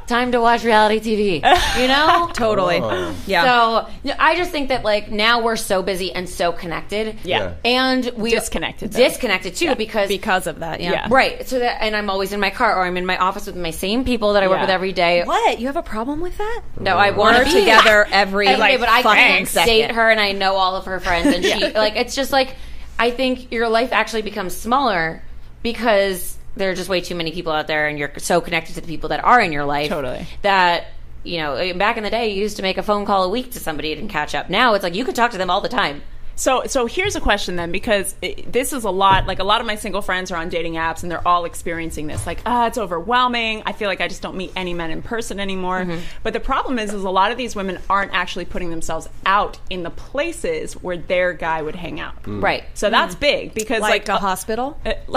Speaker 2: time to watch reality TV, you know?
Speaker 5: Totally. Yeah.
Speaker 2: So no, I just think that like now we're so busy and so connected.
Speaker 3: Yeah.
Speaker 2: And we
Speaker 3: Disconnected, though.
Speaker 2: Disconnected too because
Speaker 5: because of that, yeah.
Speaker 3: Yeah.
Speaker 2: right. So that and I'm always in my car or I'm in my office with my same people that I work
Speaker 3: Yeah.
Speaker 2: with every day.
Speaker 5: What? You have a problem with that?
Speaker 2: No, I want
Speaker 5: We're
Speaker 2: to be
Speaker 5: together every,
Speaker 2: every day, but I
Speaker 5: fucking
Speaker 2: can't
Speaker 5: second.
Speaker 2: date her and I know all of her friends and she like it's just like I think your life actually becomes smaller because there are just way too many people out there and you're so connected to the people that are in your life.
Speaker 3: Totally.
Speaker 2: That eh, you know, back in the day, you used to make a phone call a week to somebody and catch up. Now it's like you could talk to them all the time.
Speaker 3: So, so here's a question then, because it, this is a lot. Like a lot of my single friends are on dating apps, and they're all experiencing this. Like, ah, it's overwhelming. I feel like I just don't meet any men in person anymore.
Speaker 2: Mm-hmm.
Speaker 3: But the problem is, is a lot of these women aren't actually putting themselves out in the places where their guy would hang out.
Speaker 2: Right. So
Speaker 3: So that's big because like, uh,
Speaker 1: like a hospital.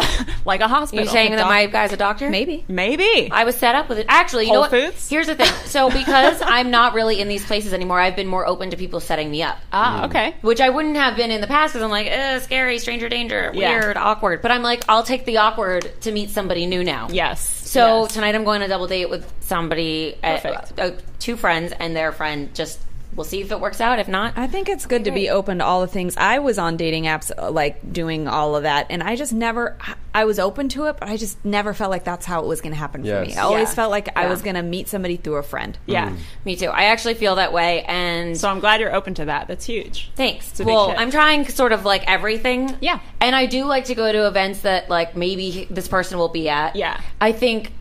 Speaker 3: like a hospital.
Speaker 2: you're saying that my guy's a doctor?
Speaker 1: Maybe.
Speaker 3: maybe
Speaker 2: I was set up with it. Actually, you know
Speaker 3: Whole
Speaker 2: what?
Speaker 3: Foods?
Speaker 2: Here's the thing. So because I'm not really in these places anymore, I've been more open to people setting me up.
Speaker 3: ah okay.
Speaker 2: which I wouldn't have been in the past because I'm like, eh, scary, stranger danger,
Speaker 3: Yeah.
Speaker 2: weird, awkward. But I'm like, I'll take the awkward to meet somebody new now.
Speaker 3: Yes.
Speaker 2: So
Speaker 3: Yes.
Speaker 2: tonight I'm going on a double date with somebody, uh,
Speaker 3: Perfect.
Speaker 2: uh, two friends, and their friend. Just we'll see if it works out. If not,
Speaker 1: I think it's good to be open to all the things. I was on dating apps, uh, like doing all of that, and I just never. I was open to it, but I just never felt like that's how it was going to happen
Speaker 4: Yes.
Speaker 1: for me. I always
Speaker 2: Yeah.
Speaker 1: felt like I
Speaker 2: Yeah.
Speaker 1: was going to meet somebody through a friend.
Speaker 3: yeah.
Speaker 2: me too. I actually feel that way, and
Speaker 3: So I'm glad you're open to that. That's huge.
Speaker 2: Thanks.
Speaker 3: a big
Speaker 2: Well,
Speaker 3: hit.
Speaker 2: I'm trying sort of like everything.
Speaker 3: Yeah.
Speaker 2: And I do like to go to events that like maybe this person will be at.
Speaker 3: Yeah.
Speaker 2: I think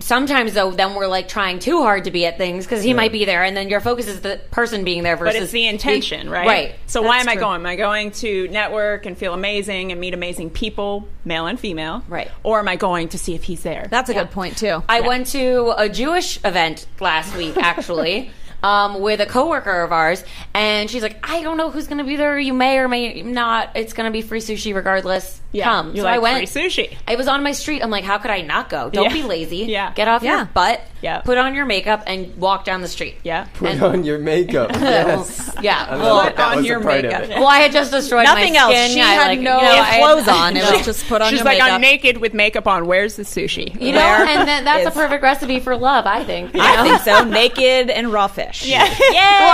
Speaker 2: sometimes though, then we're like trying too hard to be at things because he might be there, and then your focus is the person being there versus
Speaker 3: But it's the intention, right?
Speaker 2: Right.
Speaker 3: So why am
Speaker 2: That's
Speaker 3: I
Speaker 2: true.
Speaker 3: going? Am I going to network and feel amazing and meet amazing people, male and female?
Speaker 2: Right.
Speaker 3: Or am I going to see if he's there?
Speaker 1: That's a good point too.
Speaker 2: I went to a Jewish event last week, actually. Um, with a coworker of ours, and she's like, "I don't know who's going to be there. You may or may not. It's going to be free sushi, regardless.
Speaker 3: Yeah.
Speaker 2: Come."
Speaker 3: You
Speaker 2: so
Speaker 3: like
Speaker 2: I went.
Speaker 3: free sushi.
Speaker 2: It was on my street. I'm like, how could I not go? Don't
Speaker 3: Yeah.
Speaker 2: be lazy.
Speaker 3: Yeah.
Speaker 2: Get off
Speaker 1: Yeah.
Speaker 2: your butt.
Speaker 3: Yeah.
Speaker 2: Put on your makeup and walk down the street.
Speaker 3: Yeah.
Speaker 4: Put on your makeup. yes.
Speaker 2: Yeah.
Speaker 4: I love
Speaker 2: Well,
Speaker 4: that that
Speaker 1: on
Speaker 4: was a
Speaker 1: your
Speaker 4: part of
Speaker 1: makeup.
Speaker 4: it.
Speaker 2: well, I had just destroyed
Speaker 1: Nothing
Speaker 2: my
Speaker 1: else.
Speaker 2: skin.
Speaker 1: She
Speaker 2: I,
Speaker 1: had
Speaker 2: like,
Speaker 1: no
Speaker 2: you know, I had-
Speaker 1: clothes on. It was just put on
Speaker 3: She's
Speaker 1: your
Speaker 3: like,
Speaker 1: makeup.
Speaker 3: I'm naked with makeup on. Where's the sushi?
Speaker 2: You know, and that, that's a perfect recipe for love, I think. you know?
Speaker 1: I think so. Naked and raw fish. Yeah.
Speaker 2: Well,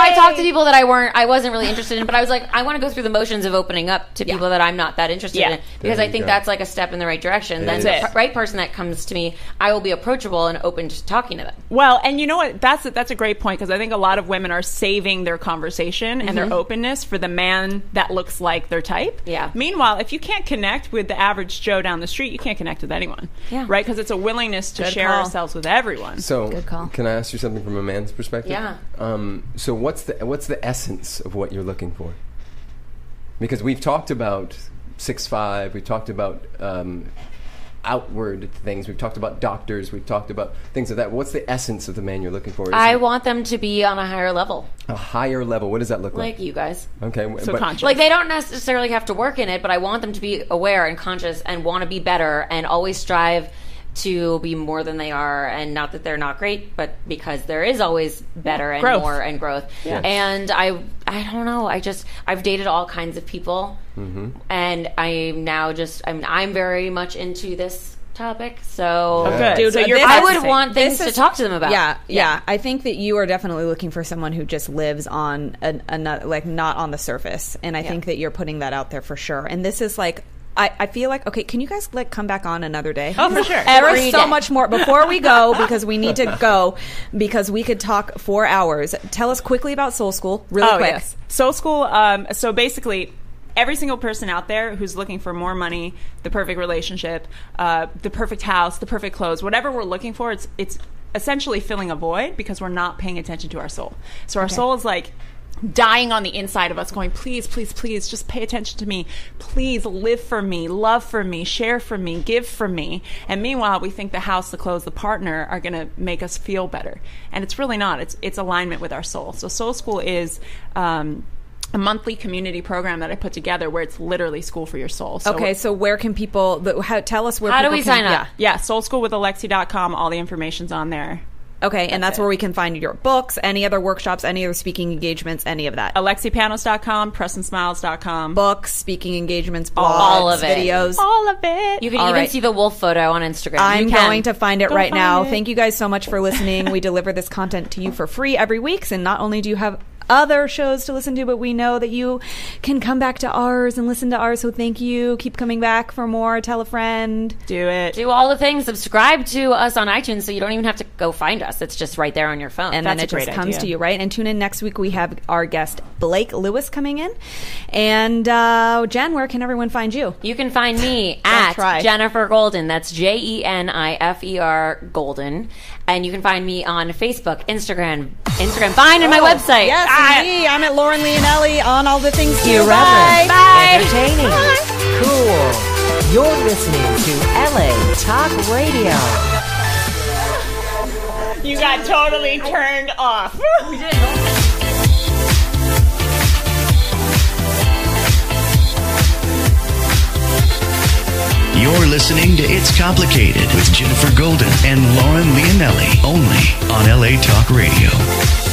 Speaker 2: I talked to people that I weren't, I wasn't really interested in, but I was like, I want to go through the motions of opening up to people that I'm not that interested
Speaker 3: Yeah.
Speaker 2: in because
Speaker 4: There
Speaker 2: I
Speaker 4: you
Speaker 2: think
Speaker 4: go.
Speaker 2: that's like a step in the right direction. Then
Speaker 4: That's
Speaker 2: the
Speaker 3: it.
Speaker 2: pr- right person that comes to me, I will be approachable and open to talking to them.
Speaker 3: Well, and you know what? That's a, that's a great point because I think a lot of women are saving their conversation and their openness for the man that looks like their type.
Speaker 2: Mm-hmm. Yeah.
Speaker 3: Meanwhile, if you can't connect with the average Joe down the street, you can't connect with anyone.
Speaker 2: Yeah.
Speaker 3: Right? Because it's a willingness to share
Speaker 1: call.
Speaker 3: ourselves with everyone.
Speaker 4: So,
Speaker 2: call.
Speaker 4: can I ask you something from a man's perspective?
Speaker 2: Yeah.
Speaker 4: Um, so, what's the what's the essence of what you're looking for? Because we've talked about six five, we've talked about um, outward things, we've talked about doctors, we've talked about things of that. What's the essence of the man you're looking for? Is
Speaker 2: I
Speaker 4: it
Speaker 2: want them to be on a higher level,
Speaker 4: a higher level. What does that look like?
Speaker 2: like you guys.
Speaker 4: okay. w-
Speaker 3: so
Speaker 4: but-
Speaker 3: conscious.
Speaker 2: Like they don't necessarily have to work in it, but I want them to be aware and conscious and want to be better and always strive to be more than they are and not that they're not great, but because there is always better and
Speaker 3: Growth.
Speaker 2: more and growth.
Speaker 4: Yes.
Speaker 2: And I I don't know, I just I've dated all kinds of people.
Speaker 4: Mm-hmm.
Speaker 2: And I'm now just I'm I'm very much into this topic. So
Speaker 4: good.
Speaker 3: Dude,
Speaker 1: So
Speaker 3: so you're
Speaker 1: this-
Speaker 2: I
Speaker 3: practicing.
Speaker 2: would want things
Speaker 1: This
Speaker 2: to
Speaker 1: is-
Speaker 2: talk to them about.
Speaker 1: Yeah, yeah, I think that you are definitely looking for someone who just lives on an, another, like not on the surface, and I think that you're putting that out there for sure. And this is like. I, I feel like okay. Can you guys like come back on another day?
Speaker 3: Oh, for sure.
Speaker 1: There
Speaker 2: Every
Speaker 1: is so
Speaker 2: day.
Speaker 1: much more before we go because we need to go because we could talk four hours. Tell us quickly about Soul School, really
Speaker 3: oh,
Speaker 1: quick.
Speaker 3: yes. Soul School. Um, so basically, every single person out there who's looking for more money, the perfect relationship, uh, the perfect house, the perfect clothes, whatever we're looking for, it's it's essentially filling a void because we're not paying attention to our soul. So our soul is like dying on the inside of us going please please please just pay attention to me please live for me love for me share for me give for me and meanwhile we think the house the clothes the partner are going to make us feel better and it's really not it's it's alignment with our soul so soul school is um a monthly community program that I put together where it's literally school for your soul. So
Speaker 1: Okay, so where can people? the- How, tell us where.
Speaker 2: How do
Speaker 1: people
Speaker 2: we
Speaker 1: can-
Speaker 2: sign up?
Speaker 1: yeah.
Speaker 3: yeah, soulschoolwithalexi.com. All the information's on there.
Speaker 1: Okay, and that's where we can find your books, any other workshops, any other speaking engagements, any of that.
Speaker 3: AlexiPanos.com, PrestonSmiles.com.
Speaker 1: Books, speaking engagements, blogs,
Speaker 2: All of it.
Speaker 1: videos.
Speaker 3: All of it.
Speaker 2: You can
Speaker 1: All
Speaker 2: even
Speaker 1: right.
Speaker 2: see the wolf photo on Instagram.
Speaker 1: I'm
Speaker 2: You can.
Speaker 1: going to find it
Speaker 3: Go
Speaker 1: right
Speaker 3: find
Speaker 1: now.
Speaker 3: it.
Speaker 1: Thank you guys so much for listening. we deliver this content to you for free every week, and not only do you have other shows to listen to, but we know that you can come back to ours and listen to ours. So thank you. Keep coming back for more. Tell a friend.
Speaker 3: do it.
Speaker 2: do all the things. Subscribe to us on iTunes so you don't even have to go find us. It's just right there on your phone.
Speaker 1: and
Speaker 3: That's
Speaker 1: then it
Speaker 3: a great
Speaker 1: just comes
Speaker 3: idea.
Speaker 1: to you, right? And tune in next week. We have our guest Blake Lewis coming in, and uh, Jen, where can everyone find you?
Speaker 2: you can find me at
Speaker 1: try.
Speaker 2: Jennifer Golden. That's J E N I F E R Golden. And you can find me on Facebook, Instagram, Instagram Vine, and my website.
Speaker 1: Oh,
Speaker 2: Ah.
Speaker 1: yes,
Speaker 2: Bye.
Speaker 1: me. I'm at Lauren Leonelli on all the things too.
Speaker 6: Irreverent,
Speaker 1: Bye.
Speaker 6: entertaining, cool. You're listening to LA Talk Radio.
Speaker 2: You got totally turned off.
Speaker 7: You're listening to It's Complicated with Jennifer Golden and Lauren Leonelli only on LA Talk Radio.